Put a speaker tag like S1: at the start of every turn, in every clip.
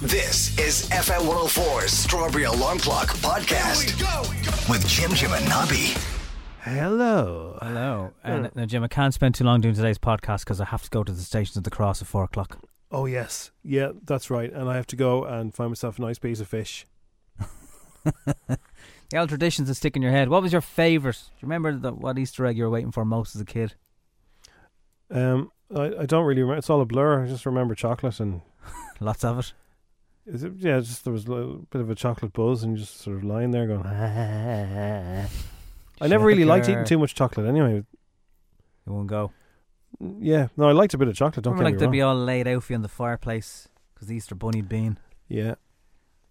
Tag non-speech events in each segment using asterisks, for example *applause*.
S1: This is FM 104's Strawberry Alarm Clock Podcast with Jim Jim and Nobby.
S2: Hello.
S3: Hello.
S4: Hmm.
S3: And now, Jim, I can't spend too long doing today's podcast because I have to go to the Stations of the Cross at four o'clock.
S2: Oh yes,
S4: Yeah, that's right. And I have to go and find myself a nice piece of fish.
S3: The old traditions that stick in your head. What was your favourite? Do you remember the, what Easter egg you were waiting for most as a kid?
S4: Um, I, I don't really remember. It's all a blur. I just remember chocolate and
S3: Lots of it.
S4: is it, yeah, just there was a little bit of a chocolate buzz and just sort of lying there going. I never really liked eating
S3: Sugar.
S4: too much chocolate. Anyway,
S3: It won't go.
S4: yeah, no, I liked a bit of chocolate. Don't
S3: remember, like
S4: get
S3: they'd
S4: me
S3: be
S4: wrong.
S3: all laid out for you in the fireplace because the Easter bunny'd been.
S4: yeah,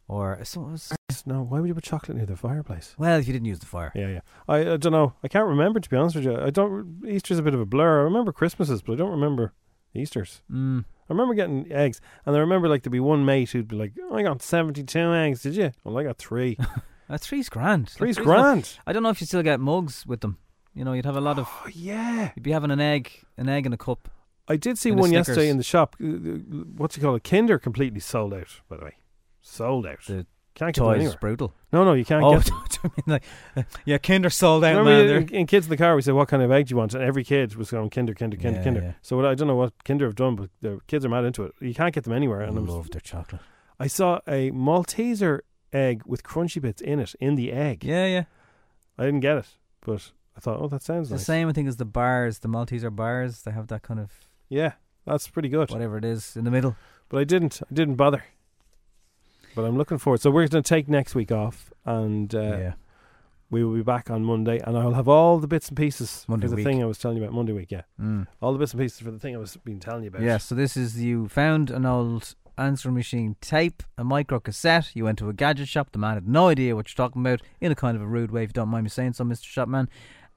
S3: Or uh, so, so-
S4: no. Why would you put chocolate near the fireplace?
S3: well, if you didn't use the fire.
S4: Yeah, yeah. I, I don't know. I can't remember to be honest with you. I don't. Easter's a bit of a blur. I remember Christmases, but I don't remember Easter's.
S3: Mm.
S4: I remember getting eggs, and I remember like there'd be one mate who'd be like, "I got seventy-two eggs, did you?" Well, I got three.
S3: *laughs* Uh, three's grand. Like,
S4: Three's
S3: not-
S4: grand.
S3: I don't know if you still get mugs with them. You know, you'd have a lot of.
S4: Oh yeah,
S3: You'd be having an egg, an egg and a cup.
S4: I did see
S3: And the
S4: one yesterday
S3: Snickers.
S4: in the shop. Uh, uh, What's it called? A Kinder completely sold out. By the way, sold out.
S3: The
S4: can't get them
S3: Toys,
S4: anywhere.
S3: brutal.
S4: No, no, you can't
S3: Oh, *laughs*
S4: get. Them.
S3: don't you mean like, uh, yeah, Kinder sold out,
S4: Remember
S3: man.
S4: in-
S3: They're-
S4: in, Kids in the Car, we said, "What kind of egg do you want?" And every kid was going Kinder, Kinder, Kinder,
S3: Yeah,
S4: Kinder.
S3: yeah.
S4: So what I don't know what Kinder have done, but the kids are mad into it. You can't get them anywhere. And I, was,
S3: their chocolate.
S4: I saw a Malteser egg with crunchy bits in it in the egg.
S3: Yeah, yeah.
S4: I didn't get it, but I thought, "Oh, that sounds
S3: It's the
S4: nice."
S3: same, I think, as the bars, the Malteser bars. They have that kind of
S4: Yeah, that's pretty good.
S3: whatever it is in the middle.
S4: But I didn't. I didn't bother. But I'm looking forward. So we're going to take next week off, and uh, we will be back on Monday. And I'll have all the bits and pieces
S3: Monday
S4: for the
S3: week.
S4: thing I was telling you about Monday week. Yeah,
S3: Mm.
S4: all the bits and pieces for the thing I was been telling you about.
S3: Yeah, so this is you found an old answering machine tape, a micro cassette. You went to a gadget shop. The man had no idea what you're talking about in a kind of a rude way, if you don't mind me saying so, Mr. Shopman.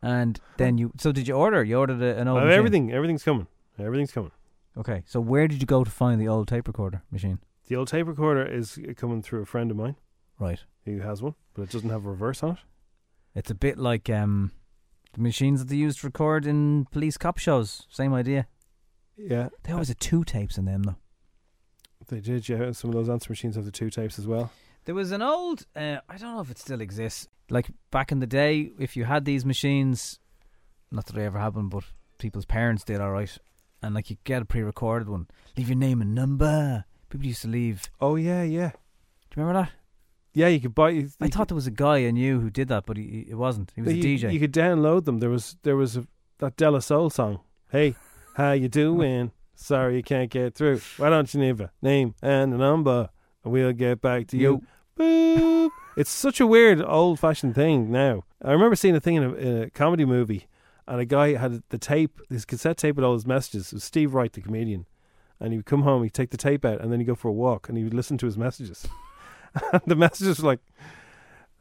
S3: And then you, so did you order? You ordered a, an
S4: I
S3: old
S4: have
S3: machine.
S4: everything. Everything's coming. Everything's coming.
S3: Okay, so where did you go to find the old tape recorder machine?
S4: The old tape recorder is coming through a friend of mine
S3: Right.
S4: who has one, but it doesn't have a reverse on it.
S3: It's a bit like um, the machines that they used to record in police cop shows. Same idea.
S4: Yeah,
S3: They always had two tapes in them, though.
S4: they did. Yeah, some of those answer machines have the two tapes as well.
S3: There was an old, uh, I don't know if it still exists. Like back in the day, if you had these machines, not that I ever had one, but people's parents did, all right. And like you get a pre recorded one, leave your name and number. People used to leave.
S4: Oh yeah, yeah,
S3: Do you remember that?
S4: yeah. You could buy.
S3: I thought there was a guy I knew who did that, but he, he, it wasn't. He was
S4: you,
S3: a DJ.
S4: You could download them. There was there was a, that Della Soul song. Hey, how you doing? Sorry you can't get through. Why don't you leave a name and a number, and we'll get back to you. Boop. it's such a weird old fashioned thing now. I remember seeing a thing in a, in a comedy movie, and a guy had the tape, his cassette tape with all his messages. It was Steve Wright, the comedian, and he would come home, he'd take the tape out, and then he'd go for a walk, and he would listen to his messages. *laughs* and the messages were like.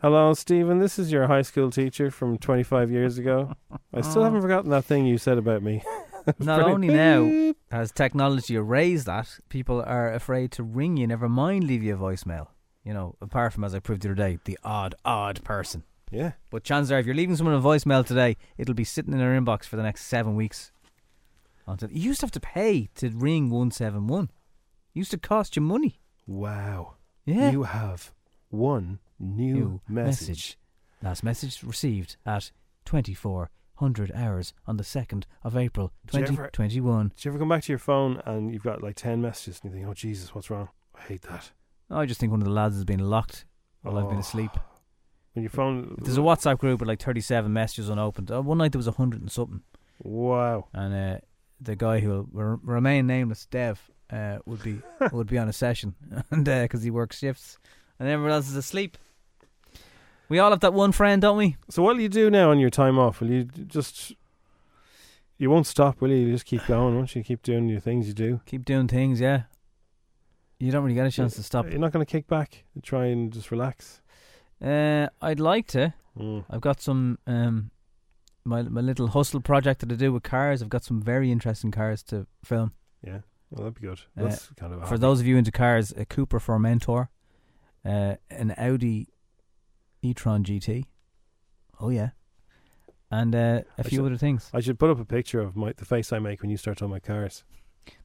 S4: Hello, Stephen. This is your high school teacher from 25 years ago. I still haven't forgotten that thing you said about me. *laughs*
S3: Not
S4: Pretty-
S3: only now has technology erased that, people are afraid to ring you, never mind leave you a voicemail. You know, apart from, as I proved the other day, the odd, odd person.
S4: Yeah.
S3: But chances are, if you're leaving someone a voicemail today, it'll be sitting in their inbox for the next seven weeks. Until You used to have to pay to ring 171. It used to cost you money.
S4: Wow.
S3: Yeah.
S4: You have one new,
S3: New
S4: message.
S3: Last message received at 2400 hours on the 2nd of April,
S4: Did you ever-
S3: 2021.
S4: Do you ever come back to your phone and you've got like 10 messages and you think, oh, Jesus, what's wrong? I hate that.
S3: I just think one of the lads has been locked while I've been
S4: Oh.
S3: asleep.
S4: When your phone.
S3: There's a WhatsApp group with like 37 messages unopened. Uh, one night there was 100 and something.
S4: wow. *laughs*
S3: And uh, the guy who will re- remain nameless, Dev, uh, would be would be on a session *laughs* and because he works shifts and everyone else is asleep. We all have that one friend, don't we?
S4: So, what will you do now on your time off? Will you d- just. You won't stop, will you? You just keep going, won't you? Keep doing your things you do.
S3: Keep doing things, yeah. You don't really get a chance to stop.
S4: You're not going to kick back and try and just relax.
S3: Uh, I'd like to.
S4: Mm.
S3: I've got some um, my my little hustle project that I do with cars. I've got some very interesting cars to film.
S4: Yeah, well, that'd be good.
S3: Uh,
S4: That's kind of a
S3: For those of you into cars, a Cooper Formentor, uh, an Audi e-tron GT. Oh yeah, and uh, a
S4: I
S3: few
S4: should-
S3: other things.
S4: I should put up a picture of my the face I make when you start talking about cars.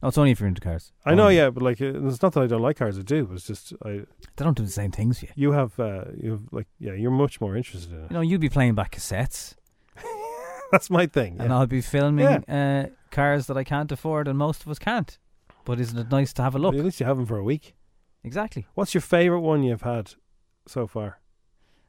S3: No, it's only if you're into cars.
S4: I know,
S3: Only.
S4: yeah, but like uh, it's not that I don't like cars. I do. It's just I
S3: They don't do the same things for you.
S4: you have uh, you have like yeah, you're much more interested in it. *laughs*
S3: You know, you'd be playing back cassettes,
S4: That's my thing.
S3: and
S4: yeah.
S3: I'll be filming uh, cars that I can't afford, and most of us can't. But isn't it nice to have a
S4: But
S3: look?
S4: At least you have them for a week.
S3: Exactly.
S4: What's your favorite one you've had so far?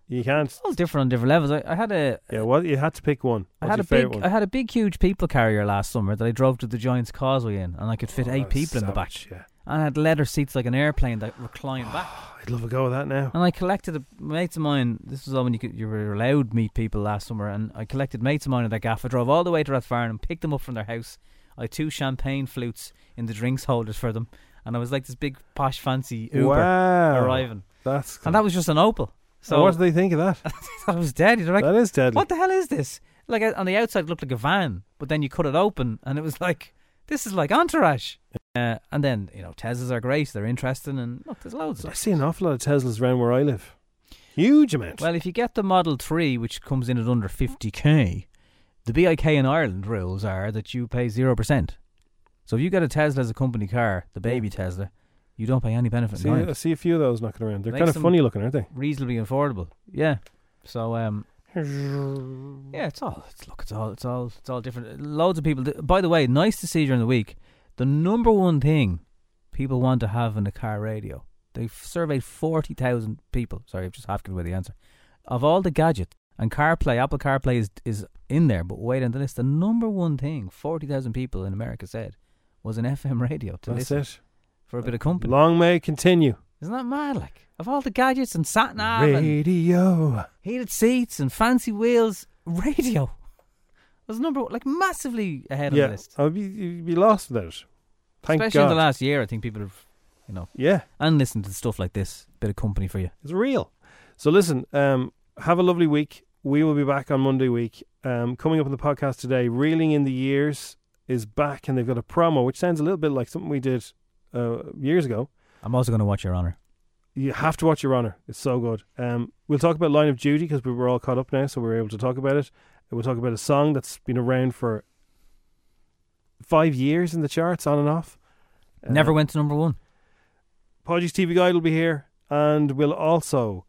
S4: You can't.
S3: It's all different on different levels. I, I had a,
S4: Yeah, what you had to pick one.
S3: I
S4: What's
S3: had
S4: your
S3: a
S4: favorite
S3: big,
S4: one?
S3: I had a big, huge people carrier last summer that I drove to the Giants Causeway in, and I could fit
S4: Oh,
S3: eight
S4: that was
S3: people in the back.
S4: savage, Yeah.
S3: And I had leather seats like an airplane that reclined back.
S4: I'd love a go of that now.
S3: And I collected a, mates of mine. This was all when you could, you were allowed to meet people last summer, and I collected mates of mine at that gaff. I drove all the way to Rathfarn and picked them up from their house. I had two champagne flutes in the drinks holders for them, and I was like this big posh fancy Uber
S4: wow,
S3: arriving,
S4: that's
S3: and that was just an Opal.
S4: so.
S3: So *laughs*
S4: What do they think of that?
S3: I was dead. You're like,
S4: that is deadly.
S3: what the hell is this? Like uh, on the outside, it looked like a van, but then you cut it open, and it was like this is like entourage. Uh, and then you know, Teslas are great; they're interesting, and look, there's loads. Of
S4: I see an awful lot of Teslas around where I live. Huge amount.
S3: Well, if you get the Model 3, which comes in at under 50k, the BIK in Ireland rules are that you pay 0%. So if you get a Tesla as a company car, the baby Tesla, you don't pay any benefit
S4: see,
S3: in Ireland.
S4: I see a few of those knocking around. They're
S3: Makes
S4: kind of
S3: them-
S4: funny looking, aren't they?
S3: Reasonably affordable. Yeah. So, um, yeah, it's all, it's, look, it's all, it's all, it's all different. Loads of people, by the way, nice to see during the week. The number one thing people want to have in a car radio, they've surveyed 40,000 people. Sorry, I've just half given away the answer. of all the gadgets and CarPlay, Apple CarPlay is is in there, but wait on the list. The number one thing forty thousand people in America said was an FM radio to
S4: That's
S3: listen
S4: it.
S3: for a bit of company.
S4: Long may it continue.
S3: Isn't that mad? Like of all the gadgets and sat nav and
S4: Radio.
S3: heated seats and fancy wheels, radio *laughs* was number one, like massively ahead on the
S4: Yeah, Oh,
S3: list.
S4: I'll be, you'd be lost without it. Thank
S3: Especially in
S4: God.
S3: the last year, I think people have you know
S4: yeah,
S3: and listened to stuff like this, bit of company for you.
S4: it's real. So listen, um, have a lovely week. We will be back on Monday week. Um, coming up on the podcast today, Reeling in the Years is back, and they've got a promo, which sounds a little bit like something we did uh, years ago.
S3: I'm also going to watch Your Honor.
S4: You have to watch Your Honor. It's so good. Um, we'll talk about Line of Duty because we were all caught up now, so we were able to talk about it. And We'll talk about a song that's been around for five years in the charts, on and off. Uh,
S3: Never went to number one.
S4: Podgy's TV Guide will be here, and we'll also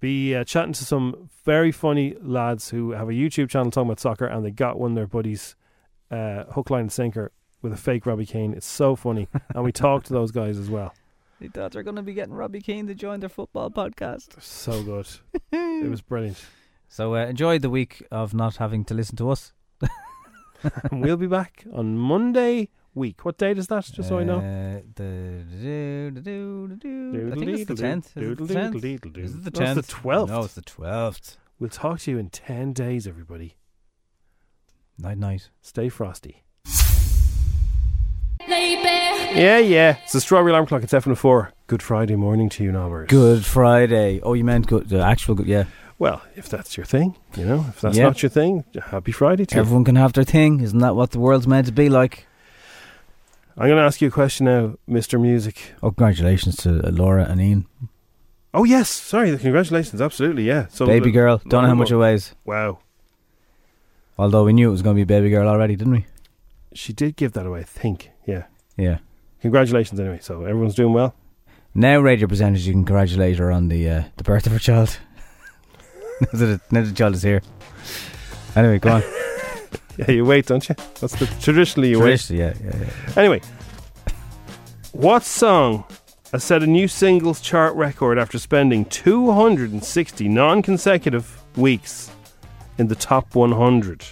S4: be uh, chatting to some very funny lads who have a YouTube channel talking about soccer, and they got one of their buddies, uh, hook, line, and sinker, with a fake Robbie Kane. It's so funny, and we talked to those guys as well.
S3: They thought they're going to be getting Robbie Keane to join their football podcast. *laughs*
S4: They're so good. it was brilliant.
S3: So uh, enjoy the week of not having to listen to us.
S4: And we'll be back on Monday week. What date is that? Just so I know.
S3: Uh, the, do, do, do, do, do. I think it's the tenth. Is it the tenth? Is it the
S4: No,
S3: tenth?
S4: it's the 12th.
S3: No, it's the twelfth.
S4: We'll talk to you in 10 days, everybody.
S3: Night night.
S4: Stay frosty.
S5: Baby.
S4: Yeah, yeah. It's the Strawberry Alarm Clock. It's F104. Good Friday morning to you, Nobbers.
S3: Good Friday. Oh, you meant good. The actual good. Yeah.
S4: Well, if that's your thing, you know, if that's
S3: Yeah.
S4: not your thing, happy Friday to you.
S3: Everyone can have their thing. Isn't that what the world's meant to be like?
S4: I'm going to ask you a question now, Mr. Music.
S3: Oh, congratulations to uh, Laura and Ian.
S4: Oh, yes. Sorry. The congratulations. Absolutely. Yeah. So
S3: baby
S4: the-
S3: girl. Don't know how
S4: Laura-
S3: much it weighs.
S4: Wow.
S3: Although we knew it was going to be baby girl already, didn't we?
S4: She did give that away, I think. Yeah.
S3: Yeah.
S4: Congratulations, anyway. So everyone's doing well. *laughs*
S3: Now, radio presenters, you can congratulate her on the uh, the birth of her child. *laughs* now, that it- now that the child is here. Anyway, go on.
S4: Yeah, you wait, don't you? That's the traditionally *laughs* you wait.
S3: Seriously, yeah, yeah, yeah.
S4: Anyway, what song has set a new singles chart record after spending 260 non consecutive weeks in the top 100?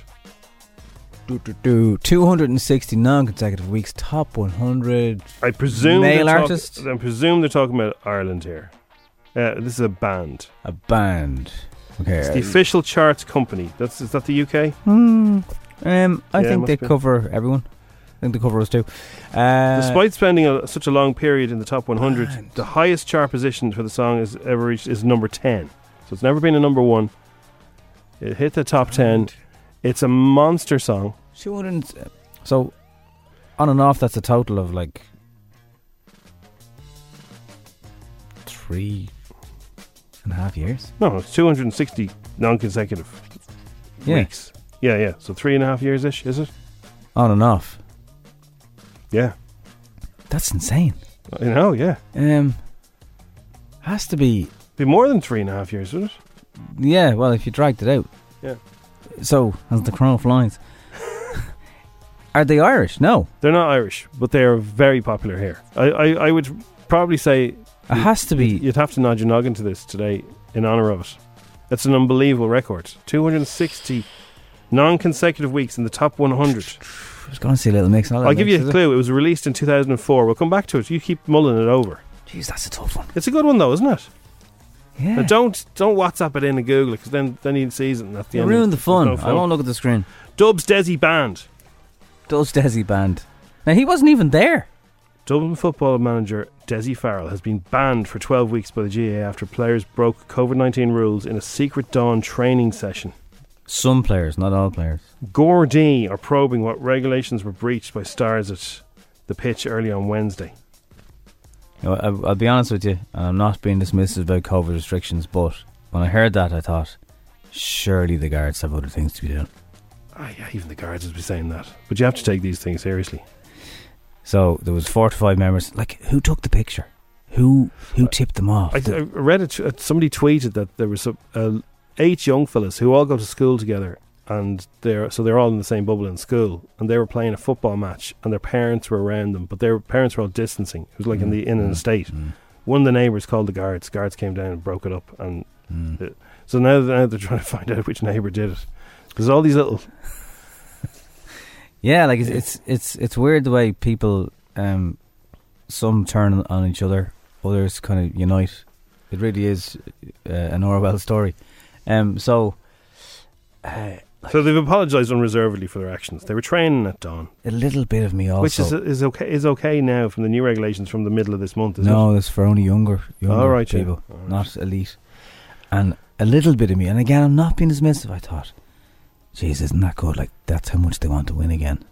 S3: Do, do, do. 260 non-consecutive weeks, top 100.
S4: I presume
S3: Male
S4: they're talk-
S3: artist?
S4: I presume they're talking about Ireland here. Uh, this is a band.
S3: A band. Okay.
S4: It's the official charts company. That's is that the UK?
S3: Hmm. um, I
S4: Yeah,
S3: think
S4: must
S3: they
S4: be.
S3: cover everyone. I think they cover us too. Uh,
S4: Despite spending a, such a long period in the top 100,
S3: Band.
S4: the highest chart position for the song has ever reached is number 10. So it's never been a number one. It hit the top 10. It's a monster song.
S3: 200. uh, So, on and off, that's a total of like three and a half years.
S4: No, it's 260 non-consecutive
S3: Yeah.
S4: weeks. Yeah, yeah. So three and a half years ish, is it?
S3: On and off.
S4: Yeah.
S3: That's insane.
S4: You know, yeah.
S3: Um, has to be.
S4: Be more than three and a half years, would it?
S3: Yeah, well, if you dragged it out.
S4: Yeah.
S3: So, as the crow
S4: *laughs*
S3: flies. Are they Irish? No.
S4: They're not Irish, but they are very popular here. I, I, I would probably say
S3: It has to be.
S4: you'd have to nod your noggin to this today in honor of it. It's an unbelievable record. 260 non consecutive weeks in the top 100.
S3: I was going to say Little Mix.
S4: I'll give you a clue. It was released in 2004. We'll come back to it. You keep mulling it over.
S3: Jeez, that's a tough one.
S4: It's a good one, though, isn't it? Now
S3: Yeah.
S4: don't don't WhatsApp it in and Google it because then, then he sees it and at the
S3: You
S4: end.
S3: ruined the
S4: there's no
S3: fun. I won't look at the screen.
S4: Dubs Desi Band.
S3: Does Desi Band. Now, he wasn't even there.
S4: Dublin football manager Desi Farrell has been banned for 12 weeks by the GA after players broke COVID 19 rules in a secret dawn training session.
S3: Some players, not all players.
S4: Gordy are probing what regulations were breached by stars at the pitch early on Wednesday.
S3: You know, I, I'll be honest with you, and I'm not being dismissive about COVID restrictions, but when I heard that, I thought, surely the guards have other things to be doing.
S4: Ah, yeah, even the guards would be saying that. But you have to take these things seriously.
S3: So there was four to five members. Like, who took the picture? Who who tipped them off?
S4: I, I
S3: The-
S4: read it. uh, Somebody tweeted that there was some, uh, eight young fellas who all go to school together, and they're so they're all in the same bubble in school, and they were playing a football match, and their parents were around them, but their parents were all distancing. It was like in the in an estate.
S3: Mm,
S4: One of the neighbors called the guards. Guards came down and broke it up, and
S3: mm.
S4: so now, now they're trying to find out which neighbor did it. There's all these little
S3: Yeah, like it's, it's it's it's weird the way people, um, some turn on each other, others kind of unite. It really is uh, an Orwell story. Um, so uh,
S4: So they've apologised unreservedly for their actions. They were training at dawn,
S3: a little bit of me also.
S4: which is is okay is okay now from the new regulations from the middle of this month. Isn't
S3: no, it's for only younger,
S4: it?
S3: younger
S4: yeah.
S3: people.
S4: All right.
S3: not elite. And a little bit of me, and again, I'm not being dismissive. I thought, jeez, isn't that good? Like that's how much they want to win again.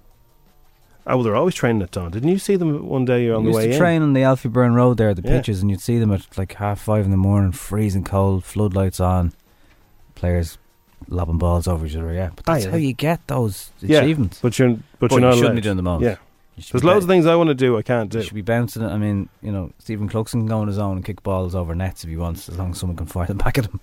S4: Oh, well, they're always training at dawn. Didn't you see them one day on
S3: We
S4: the
S3: used
S4: way
S3: to
S4: in?
S3: train on the Alfie Burn Road there, the
S4: Yeah.
S3: pitches, and you'd see them at like half five in the morning, freezing cold, floodlights on, players lobbing balls over each other. Yeah, but
S4: Ah,
S3: that's
S4: yeah.
S3: how you get those
S4: Yeah.
S3: achievements.
S4: But you're but
S3: But
S4: you're
S3: you
S4: not
S3: shouldn't
S4: allowed.
S3: be doing them all.
S4: Yeah.
S3: You should
S4: There's
S3: be
S4: loads of
S3: play-
S4: things I want to do. I can't
S3: You
S4: do.
S3: should be bouncing it. I mean, you know, Stephen Cluxon can go on his own and kick balls over nets if he wants, as long as someone can fire them *laughs* back at him.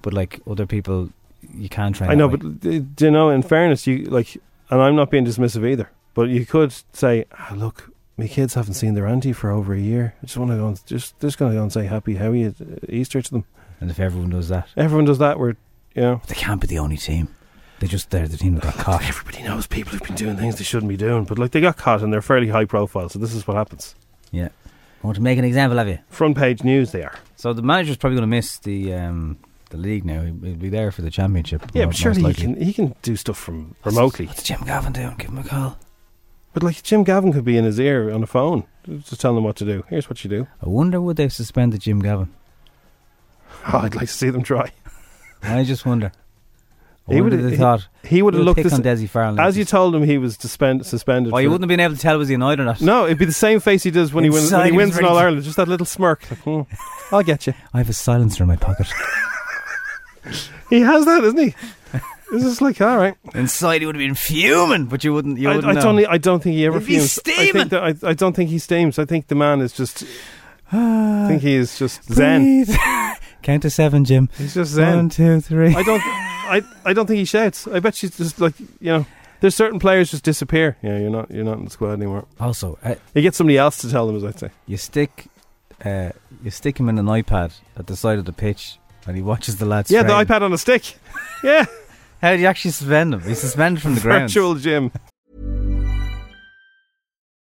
S3: But like other people, you can train.
S4: I
S3: that
S4: know,
S3: way.
S4: but uh, do you know? In fairness, you like, and I'm not being dismissive either. But you could say, ah, "Look, my kids haven't seen their auntie for over a year. I just want to go and just just going to go and say happy how are you uh, Easter to them."
S3: and if everyone does that.
S4: Everyone does that. We're you know.
S3: They can't be the only team. They just they're the team that got
S4: *laughs*
S3: caught.
S4: Everybody knows people who've been doing things they shouldn't be doing, but like they got caught and they're fairly high profile, so this is what happens.
S3: I want to make an example of you.
S4: Front page news they are.
S3: So the manager's probably going to miss the um, the league now. He'll he'll be there for the championship.
S4: Yeah,
S3: mo-
S4: but surely
S3: most
S4: he
S3: likely.
S4: can he can do stuff from remotely.
S3: What's Jim Gavin doing? Give him a call.
S4: But like Jim Gavin could be in his ear on the phone, just telling him what to do. Here's what you do. *laughs*
S3: I wonder would they suspend the Jim Gavin?
S4: Oh, I'd like to see them try.
S3: I just wonder. I
S4: He
S3: wonder
S4: would-
S3: they
S4: he-
S3: thought
S4: He would have
S3: we'll
S4: looked
S3: pick
S4: this
S3: on Desi Farrell
S4: as you told him he was suspend, suspended.
S3: Oh, you
S4: for-
S3: wouldn't have been able to tell was he annoyed or not.
S4: No, it'd be the same face he does when he wins
S3: Inside
S4: when he
S3: he was
S4: wins in
S3: ready
S4: All
S3: to-
S4: Ireland. Just that little
S3: *laughs*
S4: smirk. Like, "Hmm, I'll get you.
S3: I have a silencer in
S4: *laughs*
S3: my pocket.
S4: He has that, isn't
S3: *laughs*
S4: he? It's just like all right.
S3: Inside, he would have been fuming, but you wouldn't. You
S4: I,
S3: wouldn't
S4: I
S3: know.
S4: don't. I don't think he ever
S3: If
S4: fumes.
S3: he's
S4: I think
S3: steaming.
S4: that, I, I don't think he steams. I think the man is just.
S3: *sighs*
S4: I e- think he is just zen.
S3: Breathe. *laughs* Count to seven, Jim.
S4: He's just
S3: One,
S4: zen.
S3: two, three.
S4: I don't. I. I don't think he shouts. I bet she's just like you know. There's certain players just disappear. Yeah, you're not. You're not in the squad anymore.
S3: Also, uh,
S4: You get somebody else to tell them, as I say.
S3: You stick, uh, you stick him in an iPad at the side of the pitch, and he watches the lads.
S4: yeah, the
S3: train.
S4: iPad on a stick. *laughs* Yeah,
S3: How do you actually suspend him? He's suspended from the ground.
S4: *laughs* virtual gym.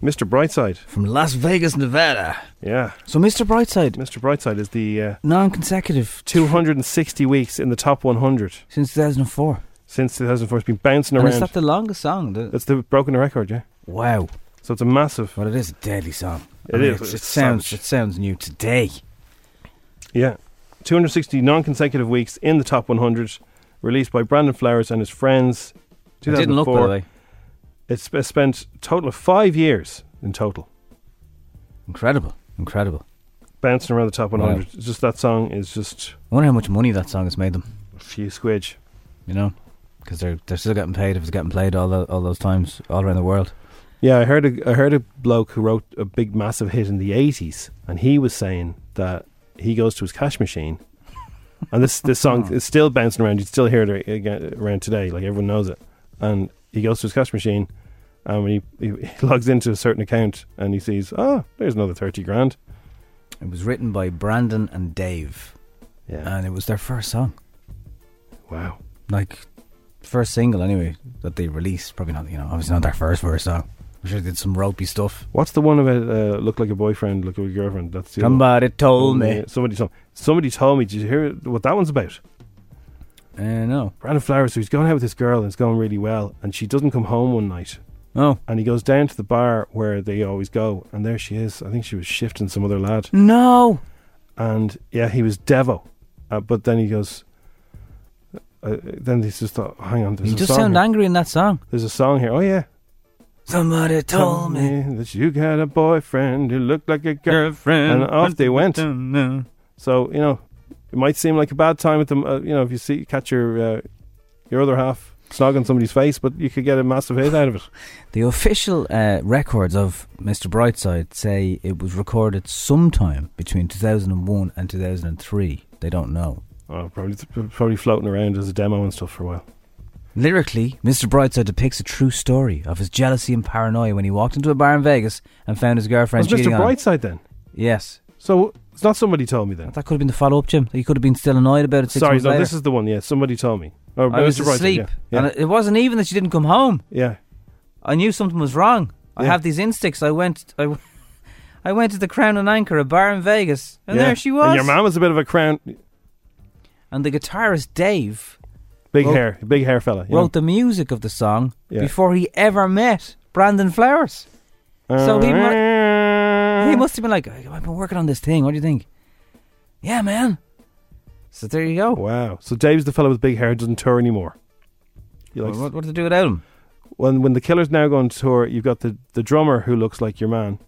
S4: Mr. Brightside.
S3: From Las Vegas, Nevada.
S4: Yeah,
S3: So Mr. Brightside,
S4: Mr. Brightside is the uh,
S3: non-consecutive
S4: 260 weeks in the top 100
S3: since 2004.
S4: since 2004. It's been bouncing
S3: And
S4: around.
S3: is that the longest song? The-
S4: That's the broken record, yeah.
S3: wow.
S4: So it's a massive.
S3: But it is a deadly song.
S4: It is,
S3: it's-
S4: it's
S3: It sounds.
S4: savage.
S3: It sounds new today.
S4: Yeah. 260 non consecutive weeks in the top 100, released by Brandon Flowers and his friends.
S3: It didn't look by the
S4: 2004.
S3: way.
S4: It's sp- spent a total of five years in total
S3: Incredible. Incredible.
S4: bouncing around the top 100.
S3: Wow.
S4: It's just that song is just
S3: I wonder how much money that song has made them.
S4: a few squidge.
S3: You know, because they're they're still getting paid if it's getting played all tho- all those times all around the world.
S4: Yeah, I heard a, I heard a bloke who wrote a big massive hit in the 80s, and he was saying that he goes to his cash machine. And this, this song is still bouncing around. You'd still hear it again, around today. Like everyone knows it. And he goes to his cash machine, and when he, he, he logs into a certain account, and he sees, oh, there's another 30 grand.
S3: It was written by Brandon and Dave,
S4: Yeah.
S3: and it was their first song,
S4: wow.
S3: like first single anyway that they released. Probably not, you know, obviously not their first first song. I'm sure they did some ropey stuff.
S4: What's the one about uh, look like a boyfriend, look like a girlfriend? That's the other one.
S3: Somebody told me.
S4: Oh, Somebody told, somebody told me. Did you hear what that one's about?
S3: Uh, no.
S4: Brandon Flowers, who's going out with this girl and it's going really well, and she doesn't come home one night.
S3: Oh
S4: And he goes down to the bar where they always go, and there she is. I think she was shifting some other lad.
S3: no.
S4: And yeah, he was Devo. Uh, but then he goes, uh, then he just thought, hang on, there's
S3: You
S4: a
S3: just
S4: song.
S3: sound
S4: here.
S3: angry in that song.
S4: There's a song here. Oh, yeah.
S3: Somebody told me.
S4: that you got a boyfriend who looked like a girl.
S3: Girlfriend.
S4: And off they went.
S3: No.
S4: So, you know, it might seem like a bad time at the, m- uh, you know, if you see, catch your, uh, your other half snogging somebody's face, but you could get a massive hit out of it.
S3: The official uh, records of Mr. Brightside say it was recorded sometime between 2001 and 2003. They don't know.
S4: *laughs* Oh, probably probably floating around as a demo and stuff for a while.
S3: Lyrically, Mr. Brightside depicts a true story of his jealousy and paranoia when he walked into a bar in Vegas and found his girlfriend
S4: Was Mr.
S3: cheating on him.
S4: Brightside then?
S3: Yes.
S4: So it's not somebody told me then.
S3: That could have been the follow up, Jim. He could have been still annoyed about it six
S4: Sorry,
S3: months
S4: no,
S3: later.
S4: this is the one. Yeah, somebody told me. Oh,
S3: I was asleep.
S4: Yeah, yeah,
S3: And it wasn't even that she didn't come home.
S4: yeah.
S3: I knew something was wrong. I
S4: Yeah.
S3: have these instincts. I went, I, w- *laughs* I went to the Crown and Anchor, a bar in Vegas, and
S4: yeah.
S3: there she was.
S4: And your mom was a bit of a crown,
S3: And the guitarist Dave
S4: big
S3: Wrote-
S4: hair, big hair fella. you know.
S3: wrote the music of the song
S4: Yeah.
S3: before he ever met Brandon Flowers. so he
S4: Uh,
S3: He must have been like, "I've been working on this thing. What do you think?" Yeah, man. So there you go.
S4: Wow. So Dave's the fella with big hair who doesn't tour anymore. You like
S3: What, what, what to do without him?
S4: when when the Killers now go on tour, you've got the the drummer who looks like your man,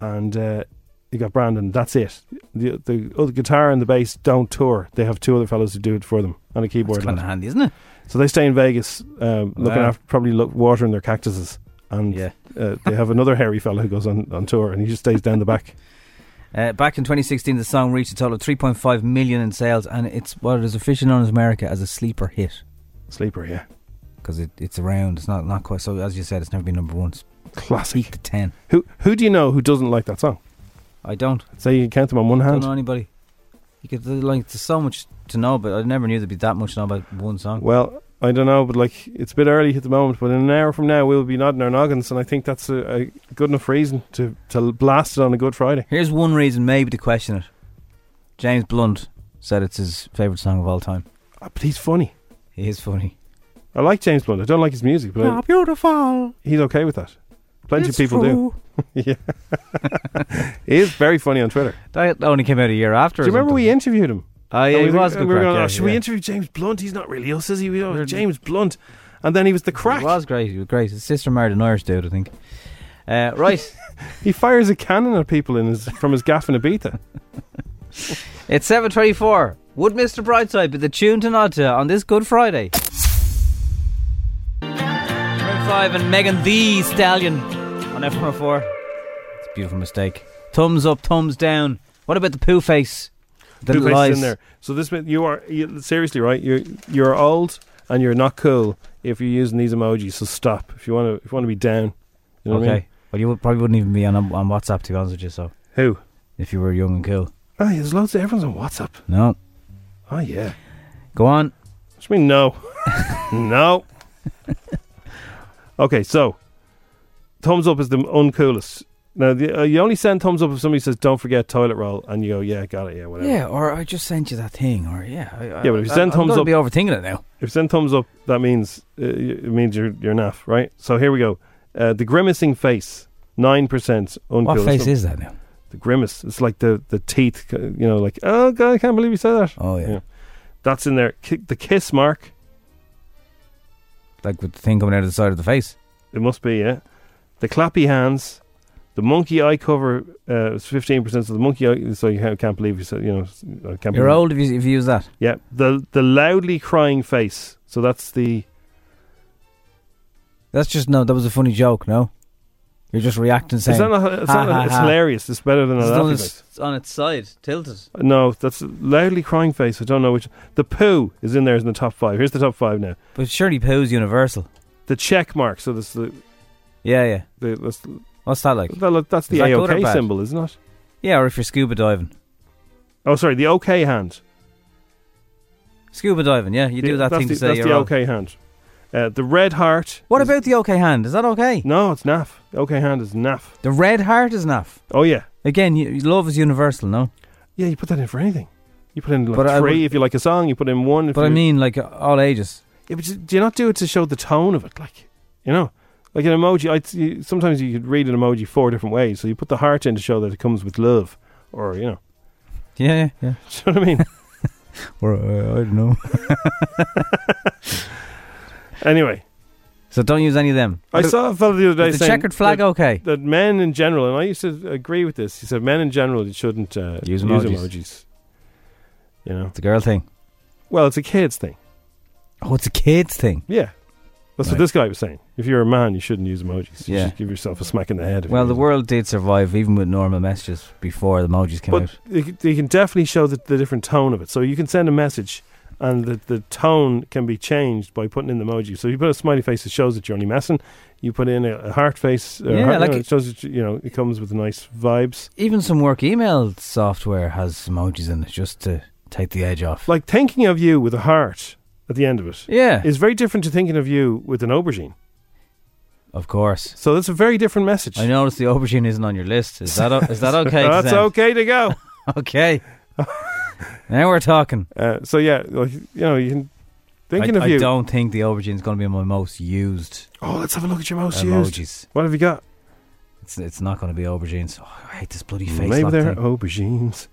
S4: and uh, you got Brandon. That's it. The the other guitar and the bass don't tour. They have two other fellows who do it for them on a
S3: It's
S4: keyboard.
S3: kind of
S4: lad.
S3: handy, isn't it?
S4: So they stay in Vegas, um, looking
S3: Wow.
S4: after probably look, watering their cactuses, and
S3: Yeah.
S4: uh, they have another hairy fellow who goes on, on tour, and he just stays down the back.
S3: Uh, back in 2016, the song reached a total of 3.5 million in sales, and it's what is officially known as America as a sleeper hit.
S4: Sleeper, yeah,
S3: because it, it's around. It's not not quite so. As you said, it's never been number one. It's peak
S4: classic.
S3: to ten.
S4: Who who do you know who doesn't like that song?
S3: I don't
S4: Say you can count them on one
S3: don't
S4: hand.
S3: know anybody. You could like there's so much to know, but I never knew there'd be that much to know about one song.
S4: Well, I don't know, but like it's a bit early at the moment. But in an hour from now, we'll be nodding our noggins, and I think that's a, a good enough reason to to blast it on a Good Friday.
S3: Here's one reason maybe to question it. James Blunt said it's his favorite song of all time.
S4: Ah, but he's funny.
S3: He is funny.
S4: I like James Blunt. I don't like his music, but
S3: Ah,
S4: I-
S3: beautiful.
S4: he's okay with that. Plenty of people do. yeah, he is very funny on Twitter.
S3: That only came out a year after.
S4: Do you remember we interviewed him?
S3: Oh, yeah,
S4: And
S3: he
S4: we
S3: was
S4: were-
S3: good.
S4: we were
S3: crack,
S4: going,
S3: yeah,
S4: "Oh, should we
S3: yeah.
S4: interview James Blunt? He's not really us, is he? We oh,
S3: We're-
S4: James Blunt. And then he was the crack.
S3: He was great. He was great. His sister married an Irish dude, I think. Uh,
S4: *laughs*
S3: right.
S4: He fires a cannon at people in his, from his gaff in Ibiza.
S3: It's 7.24. Would Mr. Brightside be the tune to nod to on this Good Friday? Maroon 5 and Megan the oh Stallion on F104. It's a beautiful mistake. Thumbs up, thumbs down. What about the poo face? The
S4: Two faces
S3: lies.
S4: in there. So this mean- you are you, seriously right. You're you're old and you're not cool if you're using these emojis. So stop if you want to if you want to be down. You know
S3: okay.
S4: what I mean?
S3: Well, you would- probably wouldn't even be on on WhatsApp to be honest with you. So
S4: Who?
S3: if you were young and cool,
S4: Oh, there's loads of everyone's on WhatsApp.
S3: no,
S4: Oh yeah.
S3: go on.
S4: What do you mean no? *laughs* no. okay, so thumbs up is the uncoolest. Now the, uh, you only send thumbs up if somebody says don't forget toilet roll and you go yeah got it yeah whatever.
S3: Yeah, or I just sent you that thing, or yeah. I,
S4: Yeah, but if you send thumbs
S3: i
S4: up-
S3: be overthinking it now.
S4: If you send thumbs up, that means uh, it means you're you're naff, right? So here we go. Uh, the grimacing face, nine percent uncool.
S3: What face
S4: So-
S3: is that now?
S4: the grimace? It's like the the teeth, c- you know, like oh god, I can't believe you said that.
S3: Oh yeah,
S4: Yeah. That's in there. Ki- the kiss mark.
S3: like with the thing coming out of the side of the face.
S4: It must be yeah. The clappy hands, the monkey eye cover uh, is fifteen percent. So the monkey eye. So you ha- can't believe you said you know. s- I can't
S3: You're
S4: believe-
S3: old if you if you use that.
S4: Yeah. The the loudly crying face. So that's the
S3: That's just no. That was a funny joke. No, you're just reacting saying.
S4: It's not. A, it's,
S3: Ha,
S4: not a-
S3: ha,
S4: it's
S3: ha.
S4: hilarious. It's better than a
S3: It's
S4: laughing
S3: on,
S4: face.
S3: its, on its side, tilted.
S4: No, that's a loudly crying face. I don't know which. The poo is in there in the top five. Here's the top five now.
S3: But surely poo's universal.
S4: The check mark. So this the,
S3: Yeah, yeah.
S4: the that's,
S3: What's that like?
S4: that- that's the
S3: Is that good or
S4: AOK
S3: bad?
S4: symbol, isn't it?
S3: Yeah, or if you're scuba diving.
S4: Oh, sorry, the OK hand.
S3: Scuba diving, yeah, you do that
S4: that's
S3: thing
S4: the,
S3: to say
S4: That's
S3: you're
S4: the
S3: old.
S4: OK hand. Uh, the red heart.
S3: What
S4: is-
S3: about the okay hand? Is that okay?
S4: No, it's naff. OK hand is naff.
S3: The red heart is naff.
S4: Oh yeah,
S3: Again, you, love is universal, no?
S4: yeah. You put that in for anything. You put in like
S3: But I
S4: three
S3: would-
S4: if you like a song. You put in one. If
S3: But
S4: you,
S3: I mean, like uh, all ages.
S4: yeah, but you- do you not do it to show the tone of it? Like, you know, like an emoji. I you, sometimes you could read an emoji four different ways. So you put the heart in to show that it comes with love, or you know. *laughs*
S3: Yeah, yeah.
S4: Do you know what I
S3: *laughs*
S4: mean?
S3: Or uh, I don't know.
S4: anyway,
S3: So don't use any of them.
S4: I
S3: Is
S4: saw a fellow the other day
S3: the
S4: saying
S3: checkered flag
S4: that,
S3: okay?
S4: that men in general, and I used to agree with this. He said men in general you shouldn't uh,
S3: Use emojis.
S4: emojis. You know,
S3: It's a girl thing.
S4: well, it's a kids thing.
S3: Oh, it's a kids thing.
S4: Yeah, that's
S3: Right.
S4: what this guy was saying. If you're a man, you shouldn't use emojis. You
S3: Yeah.
S4: should give yourself a smack in the head. if
S3: Well,
S4: you
S3: the
S4: use them.
S3: world did survive even with normal messages before the emojis came out.
S4: But you can- you can definitely show the, the different tone of it. So you can send a message, and the, the tone can be changed by putting in the emoji. So you put a smiley face, it shows that you're only messing. You put in a, a heart face, or
S3: Yeah,
S4: heart- you
S3: like
S4: know,
S3: it-
S4: it shows that you know it comes with nice vibes.
S3: Even some work email software has emojis in it just to take the edge off.
S4: Like thinking of you with a heart at the end of it
S3: yeah,
S4: is very different to thinking of you with an aubergine.
S3: of course.
S4: So that's a very different message.
S3: I noticed the aubergine isn't on your list. Is that o-
S4: *laughs*
S3: is that okay? to
S4: that's
S3: send?
S4: okay to
S3: *laughs*
S4: go.
S3: Okay. now we're talking.
S4: Uh, so yeah, like you know, you can thinking
S3: I,
S4: of
S3: I
S4: you.
S3: don't think the aubergine is going to be my most used
S4: Oh, let's have a look at your most
S3: emojis.
S4: used. What have you got?
S3: It's it's not going to be aubergines. Oh, I hate this bloody face
S4: Maybe
S3: lock
S4: they're
S3: thing.
S4: aubergines.